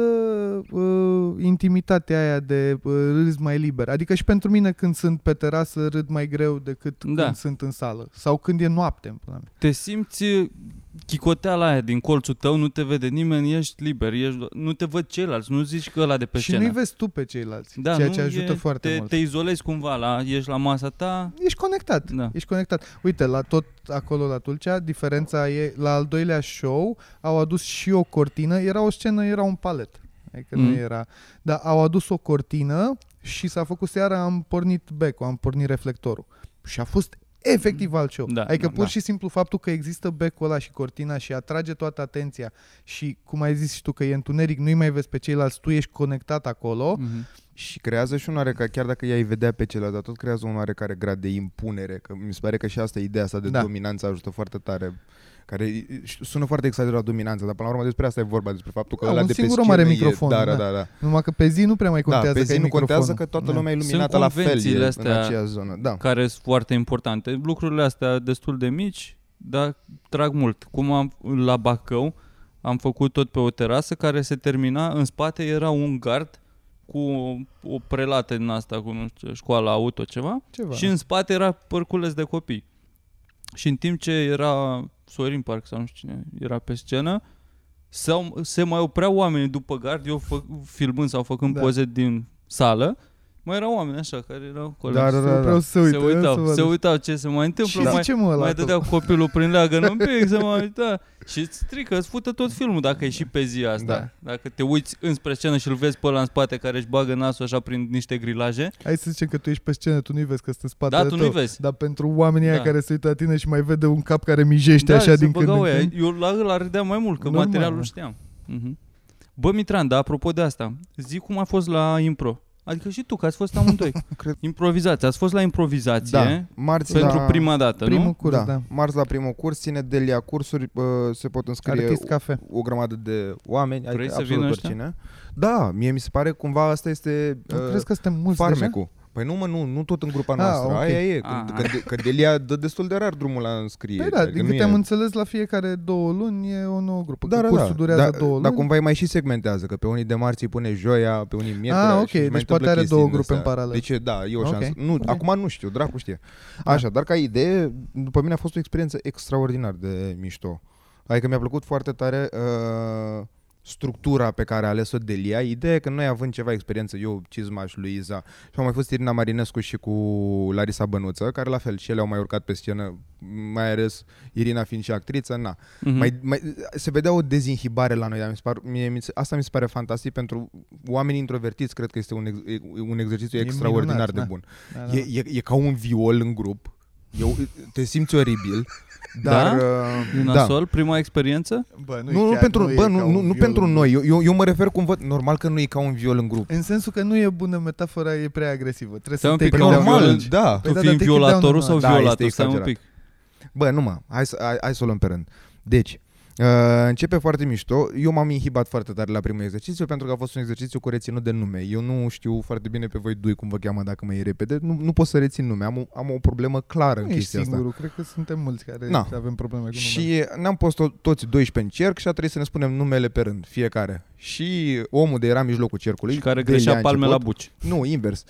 [SPEAKER 3] uh, intimitatea aia de uh, râs mai liber. Adică și pentru mine când sunt pe terasă râd mai greu decât
[SPEAKER 4] Da.
[SPEAKER 3] când sunt în sală. Sau când e noapte, în pula mea.
[SPEAKER 4] Te simți chicoteala aia din colțul tău, nu te vede nimeni, ești liber, ești, nu te văd ceilalți, nu zici că ăla de pe
[SPEAKER 3] și
[SPEAKER 4] scenă.
[SPEAKER 3] nu-i vezi tu pe ceilalți,
[SPEAKER 4] da,
[SPEAKER 3] ceea
[SPEAKER 4] nu
[SPEAKER 3] ce ajută
[SPEAKER 4] e,
[SPEAKER 3] foarte
[SPEAKER 4] te,
[SPEAKER 3] mult.
[SPEAKER 4] Te izolezi cumva, la, ești la masa ta,
[SPEAKER 3] Ești conectat.
[SPEAKER 4] da.
[SPEAKER 3] Ești conectat. Uite, la tot acolo la Tulcea, diferența e, la al doilea show au adus și o cortină, era o scenă, era un palet. Adică mm.
[SPEAKER 4] Mm.
[SPEAKER 3] nu era. Dar au adus o cortină și s-a făcut seara, am pornit becul, am pornit reflectorul. Și a fost efectiv alt show.
[SPEAKER 4] Da,
[SPEAKER 3] adică
[SPEAKER 4] da,
[SPEAKER 3] pur
[SPEAKER 4] da.
[SPEAKER 3] și simplu faptul că există becul ăla și cortina și atrage toată atenția și cum ai zis și tu că e întuneric, nu-i mai vezi pe ceilalți, tu ești conectat acolo.
[SPEAKER 2] Mm.
[SPEAKER 4] Mm-hmm.
[SPEAKER 2] Și creează și un oarecare, chiar dacă i-ai vedea pe celălalt, dar tot creează un oarecare grad de impunere, că mi se pare că și asta, ideea asta de
[SPEAKER 3] Da.
[SPEAKER 2] da. dominanță ajută foarte tare care sună foarte exagerat dominanță, dar până la urmă despre asta e vorba, despre faptul că
[SPEAKER 3] Da,
[SPEAKER 2] ăla
[SPEAKER 3] un
[SPEAKER 2] de pe
[SPEAKER 3] singur om
[SPEAKER 2] scenă
[SPEAKER 3] are
[SPEAKER 2] e-
[SPEAKER 3] microfon,
[SPEAKER 2] Da, da,
[SPEAKER 3] da.
[SPEAKER 2] da, da.
[SPEAKER 3] Numai că pe zi nu prea mai contează
[SPEAKER 2] da, pe
[SPEAKER 3] că e
[SPEAKER 2] zi nu contează
[SPEAKER 3] microfonul.
[SPEAKER 2] că toată
[SPEAKER 3] Da.
[SPEAKER 2] lumea e
[SPEAKER 4] Sunt
[SPEAKER 2] luminată la fel
[SPEAKER 4] convențiile
[SPEAKER 2] e, în
[SPEAKER 4] astea
[SPEAKER 2] aceea zonă. Da.
[SPEAKER 4] Care sunt foarte importante. Lucrurile astea destul de mici, dar trag mult. Cum am la Bacău, am făcut tot pe o terasă care se termina, în spate era un gard cu o, o prelată din asta, cu nu știu, școala auto, ceva,
[SPEAKER 3] Ceva.
[SPEAKER 4] Și în spate era părculeț de copii. Și în timp ce era Sorin Parc sau nu știu cine era pe scenă, sau se mai opreau oamenii după gard, eu fă, filmând sau făcând
[SPEAKER 3] Da.
[SPEAKER 4] da. poze din sală, Mai erau oameni așa care erau colegi.
[SPEAKER 2] Da, da, da, da.
[SPEAKER 3] Vreau să
[SPEAKER 4] se
[SPEAKER 3] uite,
[SPEAKER 4] uitau,
[SPEAKER 3] să vadă.
[SPEAKER 4] se uitau ce se mai întâmplă.
[SPEAKER 3] Și
[SPEAKER 4] mai,
[SPEAKER 3] zice mă ăla
[SPEAKER 4] mai
[SPEAKER 3] acolo.
[SPEAKER 4] dădea copilul prin leagă în pic să mă uita. Și îți strică, îți fută tot filmul dacă e și pe zi asta.
[SPEAKER 2] Da.
[SPEAKER 4] Dacă te uiți înspre scenă și îl vezi pe ăla în spate care își bagă nasul așa prin niște grilaje.
[SPEAKER 3] Hai să zicem că tu ești pe scenă, tu nu-i vezi că stă în spatele
[SPEAKER 4] Da, tu
[SPEAKER 3] tău.
[SPEAKER 4] nu-i vezi.
[SPEAKER 3] Dar pentru oamenii
[SPEAKER 4] Da.
[SPEAKER 3] aia care se uită la tine și mai vede un cap care mijește așa
[SPEAKER 4] se
[SPEAKER 3] din când
[SPEAKER 4] băgau
[SPEAKER 3] în
[SPEAKER 4] aia.
[SPEAKER 3] când.
[SPEAKER 4] Eu la ăla râdeam mai mult, că
[SPEAKER 3] Normal,
[SPEAKER 4] materialul
[SPEAKER 3] mă.
[SPEAKER 4] știam. Mhm. Bă, Mitran, dar apropo de asta, zi cum a fost la impro. Adică și tu, că ați fost amândoi.
[SPEAKER 2] Cred-
[SPEAKER 4] Improvizație. Ați fost la improvizație
[SPEAKER 2] Da. marți
[SPEAKER 4] pentru
[SPEAKER 2] la...
[SPEAKER 4] prima dată,
[SPEAKER 3] Da. Primul
[SPEAKER 4] nu?
[SPEAKER 3] curs, da. da.
[SPEAKER 2] Marți la primul curs, ține Delia cursuri, uh, se pot înscrie
[SPEAKER 3] Artist cafe.
[SPEAKER 2] o grămadă de oameni,
[SPEAKER 4] Vrei
[SPEAKER 2] adică
[SPEAKER 4] să
[SPEAKER 2] absolut
[SPEAKER 4] vină ăștia?
[SPEAKER 2] oricine. Da, mie mi se pare cumva asta este uh,
[SPEAKER 3] Nu crezi că suntem mulți deja?
[SPEAKER 2] farmecul. Păi nu, mă, nu, nu tot în grupa
[SPEAKER 3] Ah,
[SPEAKER 2] noastră.
[SPEAKER 3] ok.
[SPEAKER 2] Aia e,
[SPEAKER 4] Ah.
[SPEAKER 2] că, că, că Delia dă destul de rar drumul la înscriere.
[SPEAKER 3] Păi da,
[SPEAKER 2] adică
[SPEAKER 3] din
[SPEAKER 2] nu
[SPEAKER 3] câte
[SPEAKER 2] e-
[SPEAKER 3] am înțeles, la fiecare două luni e o nouă grupă.
[SPEAKER 2] da,
[SPEAKER 3] Că
[SPEAKER 2] da,
[SPEAKER 3] cursul
[SPEAKER 2] da.
[SPEAKER 3] durează
[SPEAKER 2] da,
[SPEAKER 3] două luni.
[SPEAKER 2] Dar cumva îi mai și segmentează, că pe unii de marți îi pune joia, pe unii miercuri.
[SPEAKER 3] ok, deci poate are două grupe în paralel.
[SPEAKER 2] Deci, e- da, e o
[SPEAKER 3] Ok.
[SPEAKER 2] șansă. Nu,
[SPEAKER 3] Ok. Da.
[SPEAKER 2] acum nu știu, dracu știe. Așa, dar ca idee, după mine a fost o experiență extraordinar de mișto. Adică mi-a plăcut foarte tare uh, structura pe care a ales-o Delia. Ideea că noi având ceva experiență, eu, Cizmaș, Luiza și au mai fost Irina Marinescu și cu Larisa Bănuță, care la fel și ele au mai urcat pe scenă, mai ales Irina fiind și actriță, na.
[SPEAKER 3] Mm-hmm.
[SPEAKER 4] Mhm.
[SPEAKER 2] Mai, mai, se vedea o dezinhibare la noi, dar mi se par, mie, mi se, asta mi se pare fantastic pentru oamenii introvertiți, cred că este un, ex, e- un exercițiu
[SPEAKER 3] E
[SPEAKER 2] extraordinar
[SPEAKER 3] minunat,
[SPEAKER 2] de
[SPEAKER 3] da.
[SPEAKER 2] bun.
[SPEAKER 3] Da, da.
[SPEAKER 2] E, e, e ca un viol în grup, eu, te simți oribil,
[SPEAKER 4] Da?
[SPEAKER 2] dar...
[SPEAKER 4] E
[SPEAKER 2] uh,
[SPEAKER 4] nasol, prima experiență?
[SPEAKER 3] Bă,
[SPEAKER 2] Nu, nu, pentru, nu, bă, nu, nu, nu pentru noi, eu, eu, eu mă refer cum văd, normal că nu e ca un viol în grup.
[SPEAKER 3] În sensul că nu e bună metafora, e prea agresivă. Trebuie
[SPEAKER 4] Stai
[SPEAKER 3] să
[SPEAKER 4] un
[SPEAKER 3] te
[SPEAKER 4] pic,
[SPEAKER 2] Păi
[SPEAKER 4] că un viol
[SPEAKER 2] normal,
[SPEAKER 4] în-
[SPEAKER 2] da.
[SPEAKER 3] Păi
[SPEAKER 4] tu
[SPEAKER 3] da, dar
[SPEAKER 4] fiind
[SPEAKER 3] te chideau
[SPEAKER 4] violatorul
[SPEAKER 3] în
[SPEAKER 4] sau
[SPEAKER 2] urmă. Da,
[SPEAKER 4] violatul?
[SPEAKER 2] este
[SPEAKER 4] Stai un pic.
[SPEAKER 2] exagerat. Bă, nu mă, hai să, hai, hai să o luăm pe rând. Deci, uh, începe foarte mișto. Eu m-am inhibat foarte tare la primul exercițiu pentru că a fost un exercițiu cu reținut de nume. Eu nu știu foarte bine pe voi doi cum vă cheamă dacă mă iei repede. Nu, nu pot să rețin nume. Am o, am o problemă clară în
[SPEAKER 3] Nu ești
[SPEAKER 2] chestia asta.
[SPEAKER 3] singurul, cred că suntem mulți care
[SPEAKER 2] Na.
[SPEAKER 3] avem probleme cu numele.
[SPEAKER 2] Și ne-am pus to- toți 12 în cerc și a trebuit să ne spunem numele pe rând, fiecare. Și omul de era în mijlocul cercului.
[SPEAKER 4] Și care
[SPEAKER 2] Delia a
[SPEAKER 4] greșea palme la
[SPEAKER 2] început.
[SPEAKER 4] buci.
[SPEAKER 2] Nu, invers.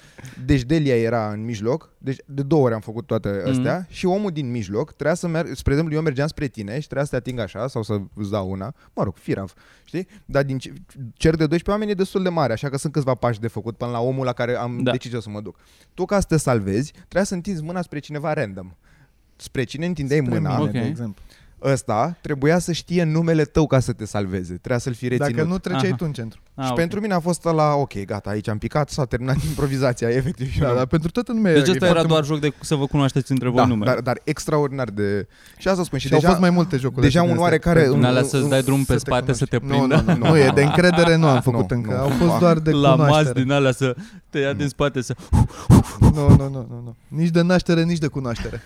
[SPEAKER 2] Deci Delia era în mijloc, deci de două ori am făcut toate astea mm-hmm. și omul din mijloc trebuia să merg, spre exemplu, eu mergeam spre tine și trebuia să te ating așa sau să îți dau una, mă rog, firav, știi? Dar din ce- cer de 12 oameni e destul de mare, așa că sunt câțiva pași de făcut până la omul la care am
[SPEAKER 4] Da.
[SPEAKER 2] da. decis eu să mă duc. Tu ca să te salvezi, trebuia să întinzi mâna spre cineva random. Spre cine întindeai
[SPEAKER 3] Spre
[SPEAKER 2] mâna,
[SPEAKER 3] mine,
[SPEAKER 4] Ok.
[SPEAKER 3] de exemplu.
[SPEAKER 2] ăsta trebuia să știe numele tău ca să te salveze. Trebuia să-l fi reținut.
[SPEAKER 3] Dacă Deci nu treceai
[SPEAKER 4] Aha.
[SPEAKER 3] tu în centru.
[SPEAKER 4] Ah,
[SPEAKER 2] și
[SPEAKER 4] ok.
[SPEAKER 2] pentru mine a fost la ok, gata, aici am picat, s-a terminat improvizația, efectiv.
[SPEAKER 3] Da, dar pentru toată lumea
[SPEAKER 4] Deci
[SPEAKER 3] e
[SPEAKER 4] ăsta era
[SPEAKER 3] foarte
[SPEAKER 4] doar joc de să vă cunoașteți între voi
[SPEAKER 2] da,
[SPEAKER 4] numele.
[SPEAKER 2] dar, dar extraordinar de... Și asta spun și,
[SPEAKER 3] Și
[SPEAKER 2] deja...
[SPEAKER 3] au fost mai multe jocuri.
[SPEAKER 2] deja
[SPEAKER 3] de
[SPEAKER 2] un
[SPEAKER 3] astea.
[SPEAKER 2] oarecare-
[SPEAKER 3] Pentru-
[SPEAKER 4] În alea
[SPEAKER 2] un-
[SPEAKER 4] să-ți
[SPEAKER 2] un-
[SPEAKER 4] dai drum pe
[SPEAKER 3] să te
[SPEAKER 4] spate să te
[SPEAKER 3] Nu,
[SPEAKER 4] prindă.
[SPEAKER 3] nu, nu, nu, e de încredere, nu am făcut
[SPEAKER 2] Nu,
[SPEAKER 3] încă.
[SPEAKER 2] nu.
[SPEAKER 3] Au fost doar de
[SPEAKER 4] la mas
[SPEAKER 3] cunoaștere.
[SPEAKER 4] din alea să te ia din spate să...
[SPEAKER 3] Nu, nu, nu, nu, nu. Nici de naștere, nici de cunoaștere.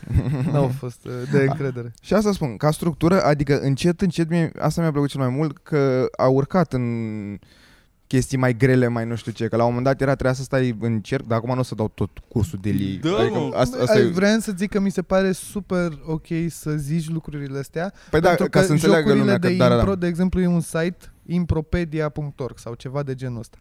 [SPEAKER 3] N-au fost uh, de încredere.
[SPEAKER 2] Și asta spun, ca structură, adică încet, încet, mie, asta mi-a plăcut cel mai mult, că a urcat în chestii mai grele, mai nu știu ce, că la un moment dat era trebuia să stai în cerc, dar acum nu o să dau tot cursul de lii.
[SPEAKER 4] Da,
[SPEAKER 2] adică,
[SPEAKER 4] mă.
[SPEAKER 2] asta, asta
[SPEAKER 3] Ai-
[SPEAKER 2] e,
[SPEAKER 3] Vreau să zic că mi se pare super ok să zici lucrurile astea.
[SPEAKER 2] păi da,
[SPEAKER 3] pentru
[SPEAKER 2] ca
[SPEAKER 3] că
[SPEAKER 2] să înțeleagă
[SPEAKER 3] jocurile
[SPEAKER 2] lumea
[SPEAKER 3] de
[SPEAKER 2] că da, da,
[SPEAKER 3] impro,
[SPEAKER 2] da.
[SPEAKER 3] de exemplu, e un site impropedia.org sau ceva de genul ăsta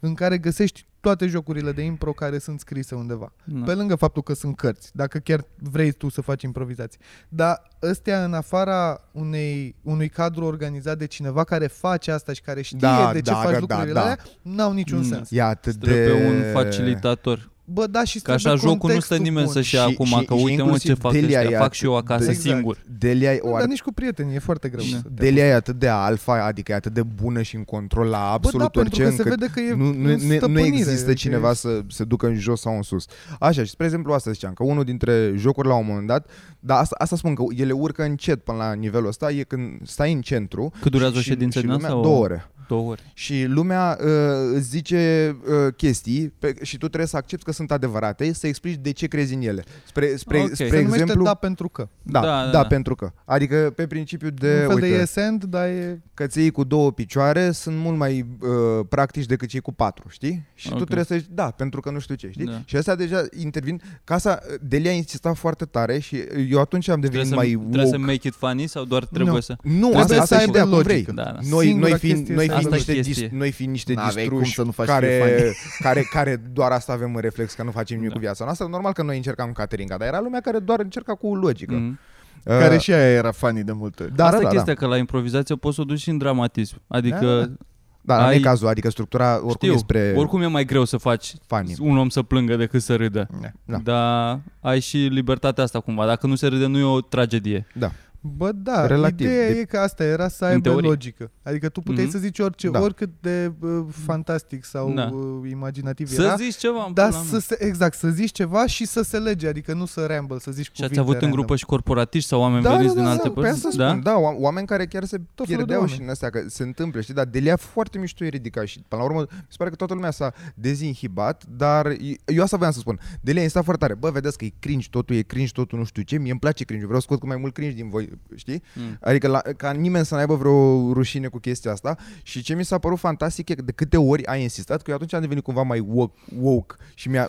[SPEAKER 3] în care găsești toate jocurile de impro care sunt scrise undeva.
[SPEAKER 4] Da.
[SPEAKER 3] Pe lângă faptul că sunt cărți, dacă chiar vrei tu să faci improvizații. Dar ăstea, în afara unei, unui cadru organizat de cineva care face asta și care știe
[SPEAKER 2] Da,
[SPEAKER 3] de ce
[SPEAKER 2] da,
[SPEAKER 3] faci
[SPEAKER 2] da,
[SPEAKER 3] lucrurile
[SPEAKER 2] da.
[SPEAKER 3] alea, n-au niciun
[SPEAKER 4] Mm.
[SPEAKER 3] sens.
[SPEAKER 2] E atât de...
[SPEAKER 4] Trebuie un facilitator.
[SPEAKER 3] Bă, da, și
[SPEAKER 4] Că așa
[SPEAKER 3] trebuie
[SPEAKER 4] jocul nu
[SPEAKER 3] contextul
[SPEAKER 4] stă nimeni
[SPEAKER 3] bun.
[SPEAKER 4] să-și ia
[SPEAKER 2] Și-
[SPEAKER 4] acum,
[SPEAKER 2] și-
[SPEAKER 4] că
[SPEAKER 2] și
[SPEAKER 4] uite mă ce
[SPEAKER 2] inclusiv
[SPEAKER 4] fac
[SPEAKER 2] Delia
[SPEAKER 4] ăștia,
[SPEAKER 2] e
[SPEAKER 4] fac și eu acasă
[SPEAKER 2] Exact.
[SPEAKER 4] singur.
[SPEAKER 2] Delia e
[SPEAKER 3] Nu,
[SPEAKER 2] o
[SPEAKER 3] Da, dar
[SPEAKER 2] ar...
[SPEAKER 3] nici cu prietenii, e foarte greu.
[SPEAKER 4] Da.
[SPEAKER 3] să te
[SPEAKER 2] Delia e atât de alfa, adică e atât de bună și în control la
[SPEAKER 3] Bă, da,
[SPEAKER 2] absolut
[SPEAKER 3] pentru
[SPEAKER 2] orice
[SPEAKER 3] că se
[SPEAKER 2] încât
[SPEAKER 3] vede că e
[SPEAKER 2] nu, nu,
[SPEAKER 3] în
[SPEAKER 2] nu, nu
[SPEAKER 3] stăpânire, deci-
[SPEAKER 2] există
[SPEAKER 3] că
[SPEAKER 2] cineva
[SPEAKER 3] e-
[SPEAKER 2] să se ducă în jos sau în sus. Așa, și spre exemplu asta ziceam, că unul dintre jocuri la un moment dat, dar asta, asta spun că ele urcă încet până la nivelul ăsta, e când stai în centru.
[SPEAKER 4] Cât durează o
[SPEAKER 2] și-
[SPEAKER 4] ședință
[SPEAKER 2] și
[SPEAKER 4] din
[SPEAKER 2] lumea-
[SPEAKER 4] asta? O-
[SPEAKER 2] Două ore.
[SPEAKER 4] Două ore.
[SPEAKER 2] Și lumea uh, îți zice uh, chestii pe, și tu trebuie să accepti că sunt adevărate, să explici de ce crezi în ele. Spre, spre,
[SPEAKER 4] Ok.
[SPEAKER 2] spre
[SPEAKER 3] Se numește
[SPEAKER 2] exemplu,
[SPEAKER 3] da pentru că.
[SPEAKER 2] da,
[SPEAKER 4] Da,
[SPEAKER 2] da, da,
[SPEAKER 4] da, da.
[SPEAKER 2] pentru că. Adică pe principiu
[SPEAKER 3] De,
[SPEAKER 2] de
[SPEAKER 3] un fel
[SPEAKER 2] uite,
[SPEAKER 3] de yes and, dar e...
[SPEAKER 2] că ții cu două picioare sunt mult mai uh, practici decât cei cu patru, știi? Și
[SPEAKER 4] Ok.
[SPEAKER 2] tu trebuie să zici, da, pentru că nu știu ce, știi?
[SPEAKER 4] Da.
[SPEAKER 2] Da. Și astea deja intervin. Casa, uh, Delia a insistat foarte tare și uh, eu atunci am
[SPEAKER 4] Trebuie
[SPEAKER 2] devenit
[SPEAKER 4] să,
[SPEAKER 2] mai
[SPEAKER 4] trebuie să
[SPEAKER 2] woke.
[SPEAKER 4] make it funny sau doar trebuie
[SPEAKER 3] Nu.
[SPEAKER 4] să...
[SPEAKER 2] Nu,
[SPEAKER 3] Trebuie
[SPEAKER 2] asta,
[SPEAKER 3] să
[SPEAKER 2] asta e
[SPEAKER 3] aibă
[SPEAKER 2] de acum
[SPEAKER 3] logică.
[SPEAKER 2] vrei.
[SPEAKER 4] Da, da.
[SPEAKER 2] Noi,
[SPEAKER 3] Singura
[SPEAKER 2] noi fiind,
[SPEAKER 3] chestie
[SPEAKER 2] noi
[SPEAKER 3] este
[SPEAKER 2] fiind
[SPEAKER 4] asta.
[SPEAKER 2] niște,
[SPEAKER 4] Asta e
[SPEAKER 2] dis,
[SPEAKER 4] chestie.
[SPEAKER 2] noi fiind niște
[SPEAKER 5] N-avei cum
[SPEAKER 2] distruși
[SPEAKER 5] să nu faci
[SPEAKER 2] care,
[SPEAKER 5] refani.
[SPEAKER 2] care, care doar asta avem în reflex, că nu facem nimic
[SPEAKER 4] Da.
[SPEAKER 2] cu viața noastră, normal că noi încercam cateringa, dar era lumea care doar încerca cu logică.
[SPEAKER 4] Mhm.
[SPEAKER 2] Uh,
[SPEAKER 5] Care și aia era fanii de multe ori.
[SPEAKER 2] da,
[SPEAKER 4] Asta
[SPEAKER 2] da,
[SPEAKER 4] e
[SPEAKER 2] da, da.
[SPEAKER 4] chestia, că la improvizație poți să o duci și în dramatism. Adică
[SPEAKER 3] Da, da,
[SPEAKER 2] Da, dar nu
[SPEAKER 4] Ai-
[SPEAKER 2] e cazul, adică structura oricum
[SPEAKER 4] Știu,
[SPEAKER 2] e spre oricum...
[SPEAKER 4] oricum e mai greu să faci
[SPEAKER 2] fanii.
[SPEAKER 4] un om să plângă decât să râdă.
[SPEAKER 2] Da.
[SPEAKER 4] Dar ai și libertatea asta cumva. Dacă nu se râde, nu e o tragedie.
[SPEAKER 3] Bă, da,
[SPEAKER 2] Relativ,
[SPEAKER 3] ideea
[SPEAKER 2] de-
[SPEAKER 3] e că asta era să
[SPEAKER 4] În
[SPEAKER 3] aibă
[SPEAKER 4] teorie.
[SPEAKER 3] logică. Adică tu puteai
[SPEAKER 4] Mhm.
[SPEAKER 3] să zici orice,
[SPEAKER 2] Da.
[SPEAKER 3] oricât de uh, fantastic sau
[SPEAKER 4] Da.
[SPEAKER 3] uh, imaginativ
[SPEAKER 4] Să
[SPEAKER 3] era.
[SPEAKER 4] zici ceva în
[SPEAKER 2] Da,
[SPEAKER 3] Dar
[SPEAKER 4] pula
[SPEAKER 3] să
[SPEAKER 4] mea.
[SPEAKER 3] se, exact, să zici ceva și să se lege, adică nu să ramble, să zici
[SPEAKER 4] Și
[SPEAKER 3] cuvinte
[SPEAKER 4] ați avut în
[SPEAKER 3] random.
[SPEAKER 4] grupă și corporatiști sau oameni
[SPEAKER 2] Da, da,
[SPEAKER 4] veniți
[SPEAKER 2] da,
[SPEAKER 4] din
[SPEAKER 2] da,
[SPEAKER 4] alte
[SPEAKER 2] pe asta
[SPEAKER 4] părți?
[SPEAKER 2] spun, da, oam- oameni care chiar se
[SPEAKER 3] de
[SPEAKER 2] pierdeau
[SPEAKER 3] oameni.
[SPEAKER 2] și în astea, că se întâmplă, știi, dar Delia foarte mișto e ridicat și până la urmă mi se pare că toată lumea s-a dezinhibat, dar e- eu asta voiam să spun, Delia insta foarte tare, bă, vedeți că e cringe, totul e cringe, totul nu știu ce, mie îmi place cringe, vreau să scot cât mai mult cringe din voi, știi?
[SPEAKER 4] Mm.
[SPEAKER 2] Adică la, ca nimeni să n-aibă vreo rușine cu chestia asta și ce mi s-a părut fantastic e că de câte ori ai insistat, că eu atunci am devenit cumva mai woke, woke și mi-a,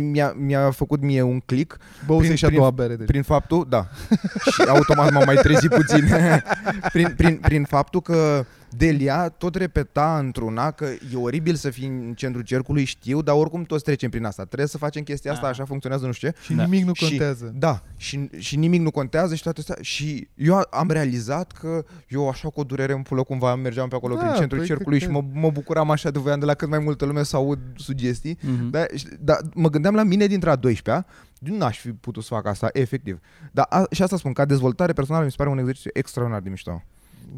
[SPEAKER 2] mi-a, mi-a făcut mie un click
[SPEAKER 3] Băuse
[SPEAKER 2] prin-
[SPEAKER 3] și a
[SPEAKER 2] prin-
[SPEAKER 3] doua bere, deci.
[SPEAKER 2] prin faptul, da, și automat m-am mai trezit puțin, prin, prin, prin faptul că Delia tot repeta într-una că e oribil să fii în centrul cercului, știu, dar oricum toți trecem prin asta. Trebuie să facem chestia asta, așa funcționează, nu știu ce.
[SPEAKER 3] Și
[SPEAKER 4] Da.
[SPEAKER 3] nimic nu
[SPEAKER 2] Și-
[SPEAKER 3] contează.
[SPEAKER 2] Da, și, și nimic nu contează și toate astea. Și eu a- am realizat că eu așa cu o durere în pulă cumva mergeam pe acolo
[SPEAKER 3] Da,
[SPEAKER 2] prin centrul
[SPEAKER 3] păi,
[SPEAKER 2] cercului
[SPEAKER 3] cred
[SPEAKER 2] și
[SPEAKER 3] că-
[SPEAKER 2] mă, mă bucuram așa de voiam de la cât mai multă lume să aud sugestii.
[SPEAKER 4] Mhm.
[SPEAKER 2] Dar da, mă gândeam la mine dintre a 12-a, eu n-aș fi putut să fac asta, efectiv. Dar a, și asta spun, ca dezvoltare personală mi se pare un exercițiu extraordinar de mișto.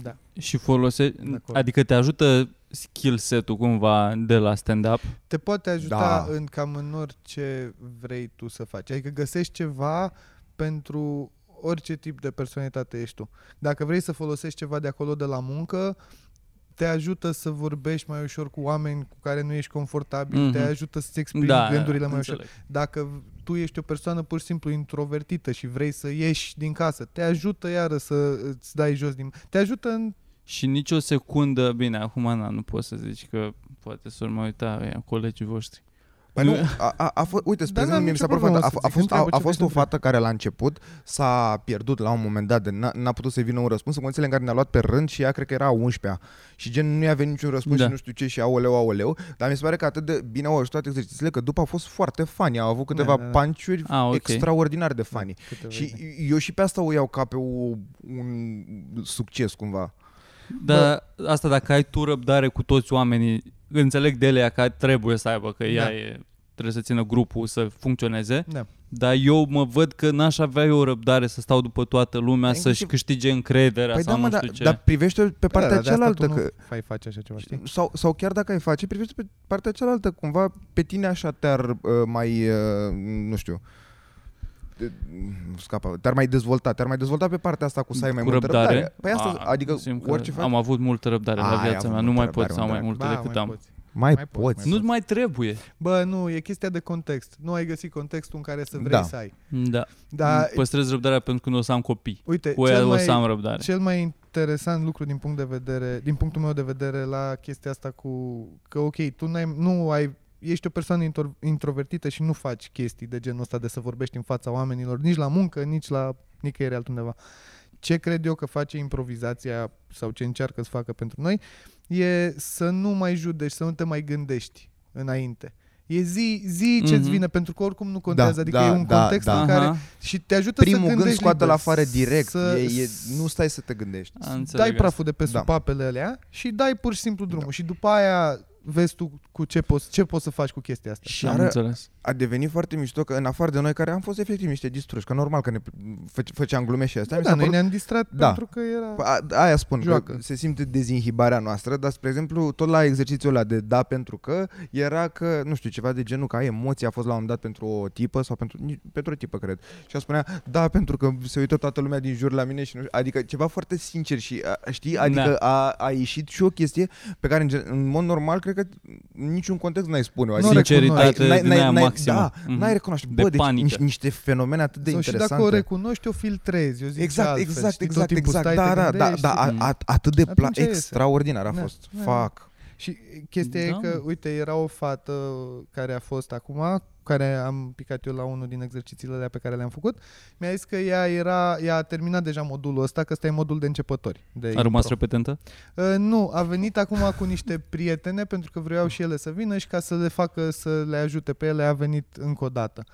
[SPEAKER 3] da.
[SPEAKER 4] Și folose...
[SPEAKER 3] acord.
[SPEAKER 4] Adică te ajută skill set-ul cumva de la stand-up.
[SPEAKER 3] Te poate ajuta
[SPEAKER 2] Da.
[SPEAKER 3] în cam în orice vrei tu să faci. Adică găsești ceva pentru orice tip de personalitate ești tu. Dacă vrei să folosești ceva de acolo de la muncă, te ajută să vorbești mai ușor cu oameni cu care nu ești confortabil,
[SPEAKER 4] Mhm.
[SPEAKER 3] te ajută să-ți exprimi
[SPEAKER 4] Da,
[SPEAKER 3] gândurile mai ușor.
[SPEAKER 4] înțeleg.
[SPEAKER 3] Dacă v- tu ești o persoană pur și simplu introvertită și vrei să ieși din casă, te ajută iară să îți dai jos din... Te ajută în...
[SPEAKER 4] Și nici o secundă, bine, acum na, nu poți să zici că poate să mă uita ăia, colegii voștri.
[SPEAKER 2] Bă, Păi nu, a, a, a fost, uite, spre
[SPEAKER 3] Dar n-am
[SPEAKER 2] exemplu, mie mi s-a părut,
[SPEAKER 3] nicio
[SPEAKER 2] fanta- a,
[SPEAKER 3] problemă să
[SPEAKER 2] a,
[SPEAKER 3] zic,
[SPEAKER 2] fost, a,
[SPEAKER 3] întreabă
[SPEAKER 2] a
[SPEAKER 3] ce
[SPEAKER 2] fost o
[SPEAKER 3] vrei să
[SPEAKER 2] fată care la început s-a pierdut la un moment dat, de n-a, n-a putut să vină un răspuns în condițiile în care ne-a luat pe rând și ea cred că era a 11-a și gen nu i-a venit niciun răspuns
[SPEAKER 4] Da.
[SPEAKER 2] da. și nu știu ce și aoleu, aoleu, dar mi se pare că atât de bine au ajutat exercițiile că după a fost foarte funny, au avut câteva
[SPEAKER 3] da,
[SPEAKER 2] da,
[SPEAKER 3] da.
[SPEAKER 2] da. panciuri
[SPEAKER 4] Ah, ok.
[SPEAKER 2] extraordinar de funny.
[SPEAKER 3] Câteva
[SPEAKER 2] Și
[SPEAKER 3] idei.
[SPEAKER 2] eu și pe asta o iau ca pe o, un succes cumva.
[SPEAKER 4] Dar
[SPEAKER 2] Da.
[SPEAKER 4] asta dacă ai tu răbdare cu toți oamenii, înțeleg de elea că trebuie să aibă, că ea
[SPEAKER 3] Da.
[SPEAKER 4] e, trebuie să țină grupul să funcționeze,
[SPEAKER 3] Da.
[SPEAKER 4] dar eu mă văd că n-aș avea eu răbdare să stau după toată lumea,
[SPEAKER 2] Inclusiv-
[SPEAKER 4] să-și câștige încrederea
[SPEAKER 2] Păi
[SPEAKER 4] sau
[SPEAKER 2] da, mă,
[SPEAKER 4] nu
[SPEAKER 2] dar
[SPEAKER 4] știu ce.
[SPEAKER 2] dar privește pe
[SPEAKER 3] Bă,
[SPEAKER 2] partea
[SPEAKER 3] dar de asta
[SPEAKER 2] cealaltă
[SPEAKER 3] tu
[SPEAKER 2] că
[SPEAKER 3] Nu fai face așa ceva, știi?
[SPEAKER 2] sau, sau chiar dacă ai face, privește pe partea cealaltă, cumva pe tine așa te-ar uh, mai, uh, nu știu, te- scapă, te-ar mai dezvolta, te-ar mai dezvolta pe partea asta cu să ai mai
[SPEAKER 4] cu
[SPEAKER 2] multă
[SPEAKER 4] răbdare.
[SPEAKER 2] Păi asta,
[SPEAKER 4] A,
[SPEAKER 2] adică
[SPEAKER 4] simt că
[SPEAKER 2] orice faci,
[SPEAKER 4] Am avut multă răbdare
[SPEAKER 2] Ai
[SPEAKER 4] la viața
[SPEAKER 2] avut
[SPEAKER 4] mea, nu
[SPEAKER 2] multă răbdare,
[SPEAKER 4] mai
[SPEAKER 2] Da,
[SPEAKER 4] pot să am
[SPEAKER 2] un
[SPEAKER 4] mai
[SPEAKER 2] drac.
[SPEAKER 4] multă
[SPEAKER 3] Ba,
[SPEAKER 4] decât
[SPEAKER 3] mai
[SPEAKER 4] am.
[SPEAKER 3] poți.
[SPEAKER 2] mai,
[SPEAKER 3] mai poți,
[SPEAKER 2] poți.
[SPEAKER 3] mai
[SPEAKER 4] Nu mai trebuie.
[SPEAKER 3] Bă, nu, e chestia de context. Nu ai găsit contextul în care să vrei
[SPEAKER 2] Da.
[SPEAKER 3] să ai.
[SPEAKER 4] Da.
[SPEAKER 3] Dar,
[SPEAKER 4] Păstrez răbdarea pentru când o să am copii.
[SPEAKER 3] uite,
[SPEAKER 4] Cu
[SPEAKER 3] cel
[SPEAKER 4] ea o
[SPEAKER 3] mai,
[SPEAKER 4] să am răbdare.
[SPEAKER 3] cel mai interesant lucru din punct de vedere, din punctul meu de vedere la chestia asta cu că ok, tu n-ai, nu ai ești o persoană intro, introvertită și nu faci chestii de genul ăsta de să vorbești în fața oamenilor, nici la muncă, nici la nicăieri altundeva. Ce cred eu că face improvizația sau ce încearcă să facă pentru noi e să nu mai judești, să nu te mai gândești înainte. E zi, zi ce-ți
[SPEAKER 4] Mhm.
[SPEAKER 3] vine, pentru că oricum nu contează,
[SPEAKER 2] Da,
[SPEAKER 3] adică
[SPEAKER 2] da,
[SPEAKER 3] e un
[SPEAKER 2] da,
[SPEAKER 3] context
[SPEAKER 2] da.
[SPEAKER 3] în care
[SPEAKER 4] Aha,
[SPEAKER 3] și te ajută să
[SPEAKER 2] Primul gând
[SPEAKER 3] gândești
[SPEAKER 2] scoate
[SPEAKER 3] liber,
[SPEAKER 2] la afară direct,
[SPEAKER 3] Să,
[SPEAKER 2] e, e, nu stai să te gândești.
[SPEAKER 4] am înțeles
[SPEAKER 3] dai praful de pe
[SPEAKER 2] Da.
[SPEAKER 3] sub papele alea și dai pur și simplu drumul. Și după aia vezi tu cu ce poți, ce poți să faci cu chestia asta.
[SPEAKER 2] Și
[SPEAKER 4] asta. Am
[SPEAKER 2] ară-
[SPEAKER 4] înțeles.
[SPEAKER 2] a devenit foarte mișto că în afară de noi care am fost efectiv niște distruși, că normal că ne făce- făceam glume și astea, mi
[SPEAKER 3] da,
[SPEAKER 2] s-a
[SPEAKER 3] noi
[SPEAKER 2] părut
[SPEAKER 3] ne-am distrat
[SPEAKER 2] Da.
[SPEAKER 3] pentru că era...
[SPEAKER 2] A, aia spun,
[SPEAKER 3] Joacă.
[SPEAKER 2] că se simte dezinhibarea noastră, dar, spre exemplu, tot la exercițiul ăla de da pentru că, era că, nu știu, ceva de genul că ai emoții, a fost la un moment dat pentru o tipă sau pentru, nici- pentru o tipă, cred. Și a spunea, da, pentru că se uită toată lumea din jur la mine și nu adică ceva foarte sincer și, a, știi, adică a, a ieșit și o chestie pe care, în, gen- în mod normal, cred că în niciun context n-ai spune-o. Adică,
[SPEAKER 4] Sinceritate
[SPEAKER 2] ai-
[SPEAKER 4] din aia maximă.
[SPEAKER 2] Da,
[SPEAKER 4] Mhm.
[SPEAKER 2] n-ai recunoaște.
[SPEAKER 4] De
[SPEAKER 2] Bă, deci
[SPEAKER 4] panică.
[SPEAKER 2] nici- niște fenomene atât de
[SPEAKER 3] sau și
[SPEAKER 2] interesante.
[SPEAKER 3] dacă o recunoști, o filtrezi. Eu zic
[SPEAKER 2] Exact,
[SPEAKER 3] altfel,
[SPEAKER 2] exact,
[SPEAKER 3] știi, tot
[SPEAKER 2] exact,
[SPEAKER 3] timpul
[SPEAKER 2] exact.
[SPEAKER 3] stai, te
[SPEAKER 2] Da, da, da,
[SPEAKER 3] gândești,
[SPEAKER 2] da,
[SPEAKER 4] știi?
[SPEAKER 2] a, a, atât de pla-
[SPEAKER 3] Atunci iese.
[SPEAKER 2] extraordinar a
[SPEAKER 3] Da,
[SPEAKER 2] fost.
[SPEAKER 3] da.
[SPEAKER 2] Fac.
[SPEAKER 3] Și chestia da.
[SPEAKER 4] Da.
[SPEAKER 3] e că, uite, era o fată care a fost acum, care am picat eu la unul din exercițiile alea pe care le-am făcut, mi-a zis că ea, era, ea a terminat deja modulul ăsta, că ăsta e modul de începători. De
[SPEAKER 4] A rămas
[SPEAKER 3] impro.
[SPEAKER 4] repetentă?
[SPEAKER 3] Uh, nu, a venit acum cu niște prietene pentru că vreau și ele să vină și ca să le facă să le ajute pe ele a venit încă o dată.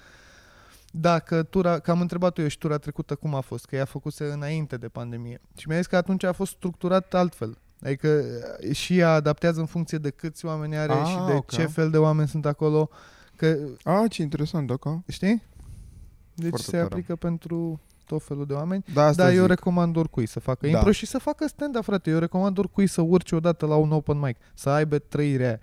[SPEAKER 3] Dacă tura, că am întrebat eu și tura trecută cum a fost, că ea făcuse înainte de pandemie. Și mi-a zis că atunci a fost structurat altfel. Adică uh, și ea adaptează în funcție de câți oameni are
[SPEAKER 2] Ah,
[SPEAKER 3] și de
[SPEAKER 2] ok.
[SPEAKER 3] ce fel de oameni sunt acolo. Că,
[SPEAKER 2] A, ce interesant,
[SPEAKER 3] da,
[SPEAKER 2] dacă.
[SPEAKER 3] știi? Deci
[SPEAKER 2] Foarte
[SPEAKER 3] se
[SPEAKER 2] tare.
[SPEAKER 3] aplică pentru tot felul de oameni.
[SPEAKER 2] Da, asta
[SPEAKER 3] Da, eu
[SPEAKER 2] zic.
[SPEAKER 3] recomand oricui să facă
[SPEAKER 2] Da.
[SPEAKER 3] impro și să facă stand-up, frate. Eu recomand oricui să urce odată la un open mic, să aibă trăirea aia.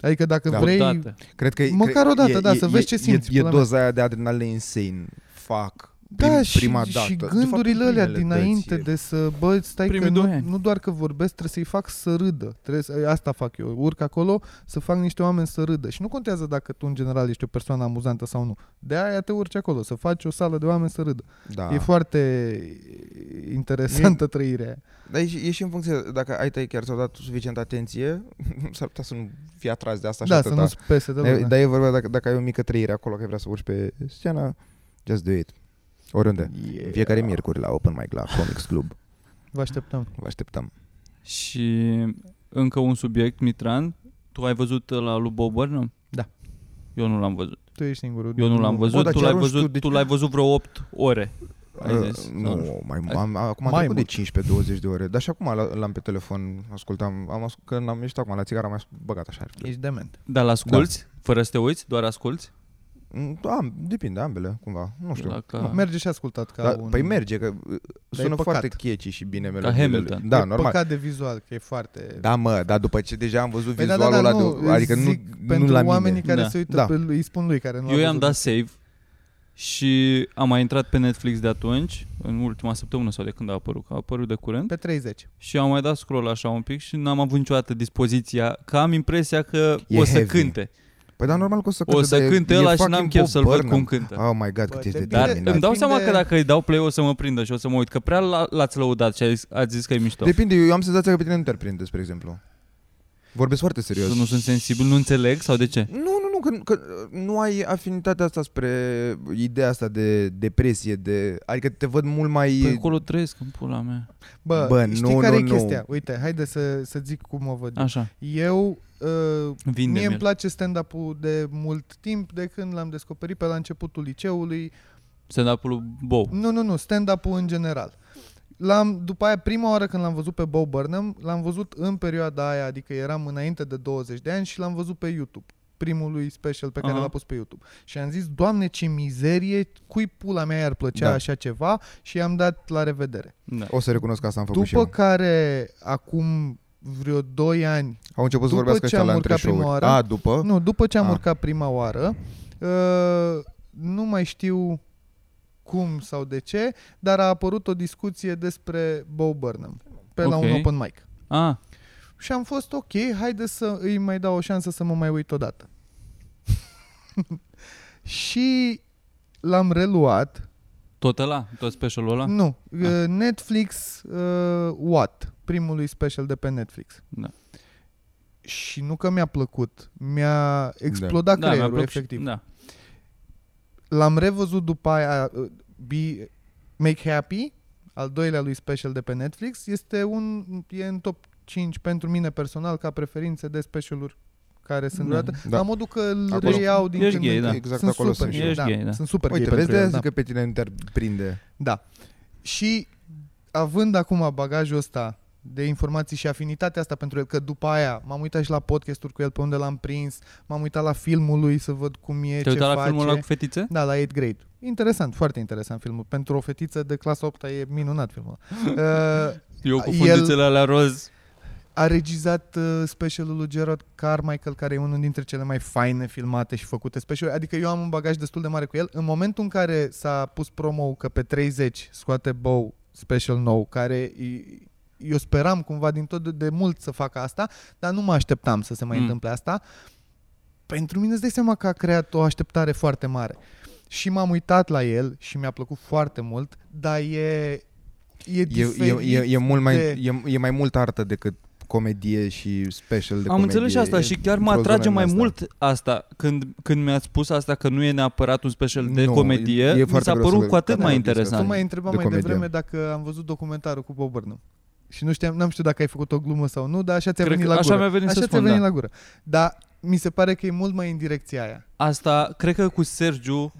[SPEAKER 3] Adică dacă
[SPEAKER 2] Da.
[SPEAKER 3] vrei...
[SPEAKER 4] Odată.
[SPEAKER 2] Cred că e-
[SPEAKER 3] Măcar
[SPEAKER 2] cred-
[SPEAKER 3] o dată,
[SPEAKER 2] e-
[SPEAKER 3] da,
[SPEAKER 2] e-
[SPEAKER 3] să vezi
[SPEAKER 2] e-
[SPEAKER 3] ce simți,
[SPEAKER 2] E, e
[SPEAKER 3] pula mea.
[SPEAKER 2] doza aia de adrenalină insane. Fuck.
[SPEAKER 3] Da,
[SPEAKER 2] Prim-
[SPEAKER 3] și,
[SPEAKER 2] prima
[SPEAKER 3] și
[SPEAKER 2] dată. De fapt,
[SPEAKER 3] gândurile alea
[SPEAKER 2] primele
[SPEAKER 3] dinainte
[SPEAKER 2] dăți e-
[SPEAKER 3] de să, bă, stai că
[SPEAKER 4] Primii doi
[SPEAKER 3] nu,
[SPEAKER 4] ani.
[SPEAKER 3] nu doar că vorbesc, trebuie să-i fac să râdă. Trebuie să, asta fac eu, urc acolo să fac niște oameni să râdă. Și nu contează dacă tu în general ești o persoană amuzantă sau nu. De aia te urci acolo, să faci o sală de oameni să râdă.
[SPEAKER 2] Da.
[SPEAKER 3] E foarte interesantă trăirea aia.
[SPEAKER 2] Dar e, și- e și în funcție, dacă ai tăi chiar ți-au dat suficient atenție, s-ar putea să nu fii atras de asta și
[SPEAKER 3] Da, să
[SPEAKER 2] atâta.
[SPEAKER 3] nu-ți pese de
[SPEAKER 2] Dar e-
[SPEAKER 3] lumea.
[SPEAKER 2] Dar e vorba, dacă, dacă ai o mică trăire acolo, că ai vrea să urci pe scenă, just do it. Oriunde.
[SPEAKER 3] Yeah.
[SPEAKER 2] În fiecare miercuri la Open Mic, la Comics Club.
[SPEAKER 3] Vă așteptăm.
[SPEAKER 2] Vă așteptăm.
[SPEAKER 4] Și încă un subiect, Mitran. Tu ai văzut la lui Bob Burnham?
[SPEAKER 3] Da.
[SPEAKER 4] Eu nu l-am văzut.
[SPEAKER 3] Tu ești singurul.
[SPEAKER 4] Eu nu l-am
[SPEAKER 2] Bă,
[SPEAKER 4] văzut.
[SPEAKER 2] dar
[SPEAKER 4] tu
[SPEAKER 2] ce
[SPEAKER 4] l-ai
[SPEAKER 2] arunci
[SPEAKER 4] văzut,
[SPEAKER 2] tu?
[SPEAKER 4] tu,
[SPEAKER 2] De ce-
[SPEAKER 4] l-ai văzut vreo 8 ore. Ai
[SPEAKER 2] Uh,
[SPEAKER 4] zis?
[SPEAKER 2] nu, mai,
[SPEAKER 4] Ai-
[SPEAKER 2] am, acum
[SPEAKER 3] Mai
[SPEAKER 2] mai am
[SPEAKER 3] mult.
[SPEAKER 2] trecut de 15-20 de ore. Dar și acum l- l-am pe telefon, ascultam, am ascult, când am ieșit acum la țigară, am mai băgat așa.
[SPEAKER 3] Ești dement.
[SPEAKER 4] Dar l-asculți? Da. Fără să te uiți? Doar asculți?
[SPEAKER 2] Mm, Da, am- depinde, ambele, cumva, nu știu. Da,
[SPEAKER 4] La ca-
[SPEAKER 2] Nu.
[SPEAKER 3] Merge și ascultat ca
[SPEAKER 2] Dar,
[SPEAKER 3] un...
[SPEAKER 2] Păi merge, că uh, sună
[SPEAKER 3] păcat.
[SPEAKER 2] foarte catchy și bine melodiile.
[SPEAKER 4] Hamilton.
[SPEAKER 2] Da,
[SPEAKER 3] e
[SPEAKER 2] normal.
[SPEAKER 3] păcat de vizual, că e foarte...
[SPEAKER 2] Da, mă, dar după ce deja am văzut
[SPEAKER 3] Păi da, da,
[SPEAKER 2] vizualul
[SPEAKER 3] da,
[SPEAKER 2] ăla,
[SPEAKER 3] nu,
[SPEAKER 2] de, adică nu,
[SPEAKER 3] zic
[SPEAKER 2] nu
[SPEAKER 3] pentru
[SPEAKER 2] la
[SPEAKER 3] oamenii
[SPEAKER 2] mine.
[SPEAKER 3] care
[SPEAKER 4] Da.
[SPEAKER 3] se uită,
[SPEAKER 2] Da.
[SPEAKER 3] pe, îi spun lui care nu
[SPEAKER 4] Eu
[SPEAKER 3] a
[SPEAKER 4] i-am
[SPEAKER 3] văzut.
[SPEAKER 4] dat save și am mai intrat pe Netflix de atunci, în ultima săptămână sau de când a apărut, că a apărut de curând.
[SPEAKER 3] Pe 30.
[SPEAKER 4] Și am mai dat scroll așa un pic și n-am avut niciodată dispoziția, că am impresia că
[SPEAKER 2] E
[SPEAKER 4] o să
[SPEAKER 2] heavy.
[SPEAKER 4] cânte.
[SPEAKER 2] Păi da, normal că o să cânte.
[SPEAKER 4] O să
[SPEAKER 2] dar e-
[SPEAKER 4] cânte
[SPEAKER 2] e
[SPEAKER 4] ăla și n-am
[SPEAKER 2] fucking
[SPEAKER 4] chef
[SPEAKER 2] Bob
[SPEAKER 4] să-l văd
[SPEAKER 2] Burnham.
[SPEAKER 4] cum cântă.
[SPEAKER 2] Oh my god,
[SPEAKER 3] Bă,
[SPEAKER 2] cât ești de
[SPEAKER 3] depinde-
[SPEAKER 4] Dar
[SPEAKER 2] determinat.
[SPEAKER 4] îmi dau seama
[SPEAKER 3] Depinde-
[SPEAKER 4] că dacă îi dau play o să mă prindă și o să mă uit, că prea l- l-ați lăudat și ați zis, ați zis că e mișto.
[SPEAKER 2] Depinde, eu am senzația că pe tine nu te-ar prinde, spre exemplu. Vorbesc foarte serios.
[SPEAKER 4] Să nu sunt sensibil, nu înțeleg sau de ce?
[SPEAKER 2] Nu, nu, nu, că, că nu ai afinitatea asta spre ideea asta de depresie, de... Adică te văd mult mai...
[SPEAKER 4] Păi acolo trăiesc în pula mea.
[SPEAKER 3] Bă,
[SPEAKER 2] Bă,
[SPEAKER 3] știi
[SPEAKER 2] nu,
[SPEAKER 3] care
[SPEAKER 2] nu,
[SPEAKER 3] e
[SPEAKER 2] nu.
[SPEAKER 3] chestia? Uite, haide să, să zic cum o văd.
[SPEAKER 4] Așa,
[SPEAKER 3] Eu, uh, mie
[SPEAKER 4] vinde
[SPEAKER 3] îmi
[SPEAKER 4] mi
[SPEAKER 3] place stand-up-ul de mult timp, de când l-am descoperit pe la începutul liceului.
[SPEAKER 4] stand-up-ul lui Bow.
[SPEAKER 3] Nu, nu, nu, stand-up-ul în general. L-am, după aia, prima oară când l-am văzut pe Bob Burnham, l-am văzut în perioada aia, adică eram înainte de 20 de ani și l-am văzut pe YouTube primului special pe care
[SPEAKER 4] Aha.
[SPEAKER 3] l-a pus pe YouTube. Și am zis, Doamne, ce mizerie, cui pula mea i-ar plăcea
[SPEAKER 2] Da.
[SPEAKER 3] așa ceva și i-am dat la revedere.
[SPEAKER 4] Da.
[SPEAKER 2] O să recunosc că asta am făcut
[SPEAKER 3] După
[SPEAKER 2] și eu.
[SPEAKER 3] care, acum vreo 2 ani,
[SPEAKER 2] Au început să
[SPEAKER 3] după
[SPEAKER 2] vorbească
[SPEAKER 3] ce
[SPEAKER 2] ăștia
[SPEAKER 3] am
[SPEAKER 2] la
[SPEAKER 3] urcat
[SPEAKER 2] între
[SPEAKER 3] prima
[SPEAKER 2] show-uri.
[SPEAKER 3] oară-
[SPEAKER 2] A, după?
[SPEAKER 3] nu, după ce am
[SPEAKER 2] Ah.
[SPEAKER 3] urcat prima oară, uh, nu mai știu cum sau de ce, dar a apărut o discuție despre Bo Burnham pe la
[SPEAKER 4] Ok.
[SPEAKER 3] un open mic.
[SPEAKER 4] Ah,
[SPEAKER 3] Și am fost ok, haide să îi mai dau o șansă să mă mai uit odată. și l-am reluat.
[SPEAKER 4] tot ăla, tot specialul ăla?
[SPEAKER 3] Nu, uh, Netflix uh, What, primului special de pe Netflix.
[SPEAKER 4] Da.
[SPEAKER 3] Și nu că mi-a plăcut, mi-a explodat
[SPEAKER 4] da, mi-a
[SPEAKER 3] creierul,
[SPEAKER 4] plăcut și-
[SPEAKER 3] efectiv.
[SPEAKER 4] Da.
[SPEAKER 2] Deci
[SPEAKER 3] L-am revăzut după aia uh, Be, Make Happy, al doilea lui special de pe Netflix, este un e în top 5 pentru mine personal ca preferințe de specialuri care sunt
[SPEAKER 4] Da.
[SPEAKER 3] da,
[SPEAKER 2] Da.
[SPEAKER 3] la modul că îl
[SPEAKER 2] Acolo-
[SPEAKER 3] reiau din
[SPEAKER 4] Ești
[SPEAKER 3] când
[SPEAKER 4] gay,
[SPEAKER 3] în
[SPEAKER 4] da.
[SPEAKER 3] când.
[SPEAKER 2] Exact
[SPEAKER 3] sunt
[SPEAKER 2] acolo
[SPEAKER 3] super
[SPEAKER 2] sunt și
[SPEAKER 4] eu. Ești gay, da.
[SPEAKER 3] Sunt super
[SPEAKER 2] Uite,
[SPEAKER 3] gay
[SPEAKER 2] vezi
[SPEAKER 3] pentru
[SPEAKER 2] de
[SPEAKER 3] el,
[SPEAKER 2] aia
[SPEAKER 3] da.
[SPEAKER 2] zic că pe tine nu te-ar prinde.
[SPEAKER 3] da. Și având acum bagajul ăsta de informații și afinitatea asta pentru el, că după aia m-am uitat și la podcasturi cu el pe unde l-am prins, m-am uitat la filmul lui să văd cum e,
[SPEAKER 4] Te-ai
[SPEAKER 3] ce
[SPEAKER 4] uitat
[SPEAKER 3] face.
[SPEAKER 4] la filmul ăla cu fetițe?
[SPEAKER 3] Da, la 8 grade. Interesant, foarte interesant filmul. Pentru o fetiță de clasa 8 e minunat filmul. ăla. Uh,
[SPEAKER 4] Eu cu
[SPEAKER 3] El-
[SPEAKER 4] fundițele alea roz.
[SPEAKER 3] a regizat uh, specialul lui Gerard Carmichael, care e unul dintre cele mai faine filmate și făcute specialuri. Adică eu am un bagaj destul de mare cu el. În momentul în care s-a pus promo că pe 30 scoate Bow special nou, care i- eu speram cumva din tot de, de mult să facă asta, dar nu mă așteptam să se mai
[SPEAKER 4] Mm.
[SPEAKER 3] mm. întâmple asta. Pentru mine îți dai seama că a creat o așteptare foarte mare. Și m-am uitat la el și mi-a plăcut foarte mult, dar e... E,
[SPEAKER 2] E, e, e, e, mult mai,
[SPEAKER 3] de-
[SPEAKER 2] e, e mai mult artă decât comedie și special de
[SPEAKER 4] Am
[SPEAKER 2] comedie.
[SPEAKER 4] înțeles și asta
[SPEAKER 2] E
[SPEAKER 4] și chiar mă
[SPEAKER 2] într-o
[SPEAKER 4] atrage
[SPEAKER 2] zonă
[SPEAKER 4] mai
[SPEAKER 2] asta.
[SPEAKER 4] mult asta când, când mi-ați spus asta că nu e neapărat un special de
[SPEAKER 2] Nu,
[SPEAKER 4] comedie,
[SPEAKER 2] e- e
[SPEAKER 4] mi
[SPEAKER 2] foarte
[SPEAKER 4] s-a
[SPEAKER 2] greu să
[SPEAKER 4] părut
[SPEAKER 2] vă-
[SPEAKER 4] cu atât
[SPEAKER 2] da, da,
[SPEAKER 4] mai
[SPEAKER 2] discuți.
[SPEAKER 3] Tu
[SPEAKER 4] interesant.
[SPEAKER 3] mai întrebam
[SPEAKER 2] de
[SPEAKER 3] mai
[SPEAKER 2] comedie.
[SPEAKER 3] devreme dacă am văzut documentarul cu Bob Burnham. Și nu știam, n-am știut dacă ai făcut o glumă sau nu, dar așa ți-a
[SPEAKER 4] Cred
[SPEAKER 3] venit
[SPEAKER 4] că
[SPEAKER 3] la
[SPEAKER 4] așa
[SPEAKER 3] gură.
[SPEAKER 4] mi-a venit să
[SPEAKER 3] așa ți-a
[SPEAKER 4] spun,
[SPEAKER 3] venit
[SPEAKER 4] da.
[SPEAKER 3] la gură. Dar mi se pare că e mult mai în direcția aia.
[SPEAKER 4] Asta, cred că cu Sergiu,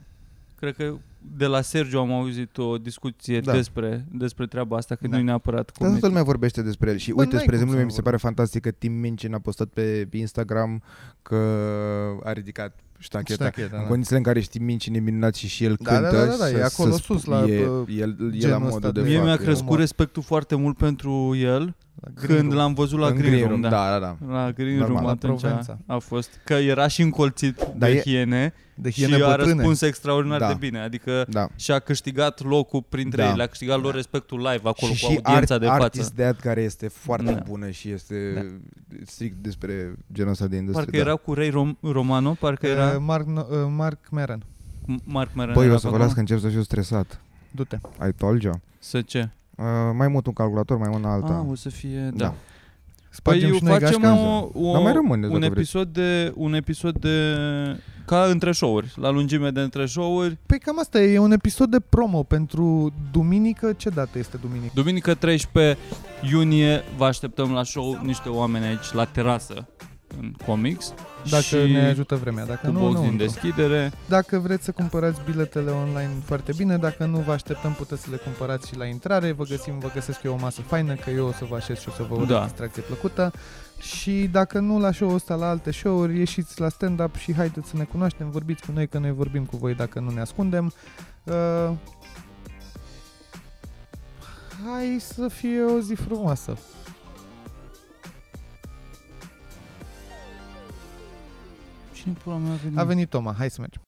[SPEAKER 4] cred că de la Sergio am auzit o discuție
[SPEAKER 2] Da.
[SPEAKER 4] da. despre, despre treaba asta, că
[SPEAKER 3] Da.
[SPEAKER 4] da. nu e neapărat
[SPEAKER 2] Dar
[SPEAKER 4] cum
[SPEAKER 2] toată lumea vorbește despre el și
[SPEAKER 3] Bă,
[SPEAKER 2] uite,
[SPEAKER 3] n-ai
[SPEAKER 2] spre
[SPEAKER 3] cum
[SPEAKER 2] exemplu,
[SPEAKER 3] să
[SPEAKER 2] mie
[SPEAKER 3] nu
[SPEAKER 2] mi se pare fantastic că Tim Mincin a postat pe Instagram că a ridicat ștacheta.
[SPEAKER 3] Ștacheta,
[SPEAKER 2] În
[SPEAKER 3] da.
[SPEAKER 2] condițele în care știi Mincin e minunat și și el
[SPEAKER 3] Da,
[SPEAKER 2] cântă.
[SPEAKER 3] da, da, da,
[SPEAKER 2] să-
[SPEAKER 3] e acolo
[SPEAKER 2] să
[SPEAKER 3] sus,
[SPEAKER 2] sp-
[SPEAKER 3] la,
[SPEAKER 2] e,
[SPEAKER 3] bă,
[SPEAKER 2] el, el la
[SPEAKER 3] genul
[SPEAKER 2] modul
[SPEAKER 3] ăsta
[SPEAKER 2] de
[SPEAKER 3] de-
[SPEAKER 4] Mie
[SPEAKER 2] fapt,
[SPEAKER 4] mi-a
[SPEAKER 2] e-
[SPEAKER 4] crescut
[SPEAKER 3] omor.
[SPEAKER 4] respectul foarte mult pentru el
[SPEAKER 3] La Green
[SPEAKER 4] când
[SPEAKER 3] Room.
[SPEAKER 4] l-am văzut la
[SPEAKER 2] în
[SPEAKER 4] Green, Room, da.
[SPEAKER 2] da, da, da.
[SPEAKER 4] La Green
[SPEAKER 2] Normal.
[SPEAKER 4] Room
[SPEAKER 3] La
[SPEAKER 4] atunci a,
[SPEAKER 3] Provența.
[SPEAKER 4] a fost că era și încolțit
[SPEAKER 2] Dar
[SPEAKER 4] de
[SPEAKER 2] e-
[SPEAKER 4] hiene,
[SPEAKER 3] de
[SPEAKER 4] și
[SPEAKER 3] hiene
[SPEAKER 4] a
[SPEAKER 3] bătrâne.
[SPEAKER 4] răspuns extraordinar
[SPEAKER 2] Da.
[SPEAKER 4] de bine. Adică
[SPEAKER 2] da.
[SPEAKER 4] și-a câștigat locul printre
[SPEAKER 2] Da.
[SPEAKER 4] ei, le-a câștigat lor respectul live acolo
[SPEAKER 2] și
[SPEAKER 4] cu audiența
[SPEAKER 2] art,
[SPEAKER 4] de față.
[SPEAKER 2] Artist Dad care este foarte
[SPEAKER 4] Da.
[SPEAKER 2] bună și este strict despre da. genul ăsta de industrie.
[SPEAKER 4] Parcă era cu Ray Rom- Romano, parcă
[SPEAKER 3] Uh,
[SPEAKER 4] era Păi
[SPEAKER 3] Mark, no- uh, Mark Meran.
[SPEAKER 4] cu Mark
[SPEAKER 2] da.
[SPEAKER 4] Maron.
[SPEAKER 2] Băi,
[SPEAKER 4] era
[SPEAKER 2] o să
[SPEAKER 4] pe
[SPEAKER 2] vă
[SPEAKER 4] acolo.
[SPEAKER 2] las că încep să fiu stresat.
[SPEAKER 3] Du-te.
[SPEAKER 2] Ai told you.
[SPEAKER 4] Să ce?
[SPEAKER 2] Uh, mai mult un calculator, mai una alta.
[SPEAKER 4] Ah, o să fie, da.
[SPEAKER 2] Da.
[SPEAKER 3] Spargem
[SPEAKER 4] Păi eu
[SPEAKER 3] și noi
[SPEAKER 4] facem
[SPEAKER 3] gașca?
[SPEAKER 4] o, o,
[SPEAKER 2] Dar mai rămâne,
[SPEAKER 4] un
[SPEAKER 2] dacă vreți.
[SPEAKER 4] episod de un episod de ca între show-uri, la lungime de între show-uri.
[SPEAKER 3] Păi cam asta e, e un episod de promo pentru duminică. Ce dată este duminică?
[SPEAKER 4] Duminică 13 iunie vă așteptăm la show niște oameni aici la terasă în comics
[SPEAKER 3] Dacă
[SPEAKER 4] și
[SPEAKER 3] ne ajută vremea, dacă
[SPEAKER 4] cu
[SPEAKER 3] nu,
[SPEAKER 4] box
[SPEAKER 3] nu.
[SPEAKER 4] din
[SPEAKER 3] nu.
[SPEAKER 4] deschidere.
[SPEAKER 3] Dacă vreți să cumpărați biletele online foarte bine, dacă nu vă așteptăm, puteți să le cumpărați și la intrare. Vă găsim, vă găsesc eu o masă faină, că eu o să vă așez și o să vă urez
[SPEAKER 4] Da.
[SPEAKER 3] da. distracție plăcută. Și dacă nu la show-ul ăsta, la alte show-uri, ieșiți la stand-up și haideți să ne cunoaștem, vorbiți cu noi, că noi vorbim cu voi dacă nu ne ascundem. Uh, hai să fie o zi frumoasă.
[SPEAKER 4] Cine pula mea a venit?
[SPEAKER 3] A venit Toma, hai să mergem.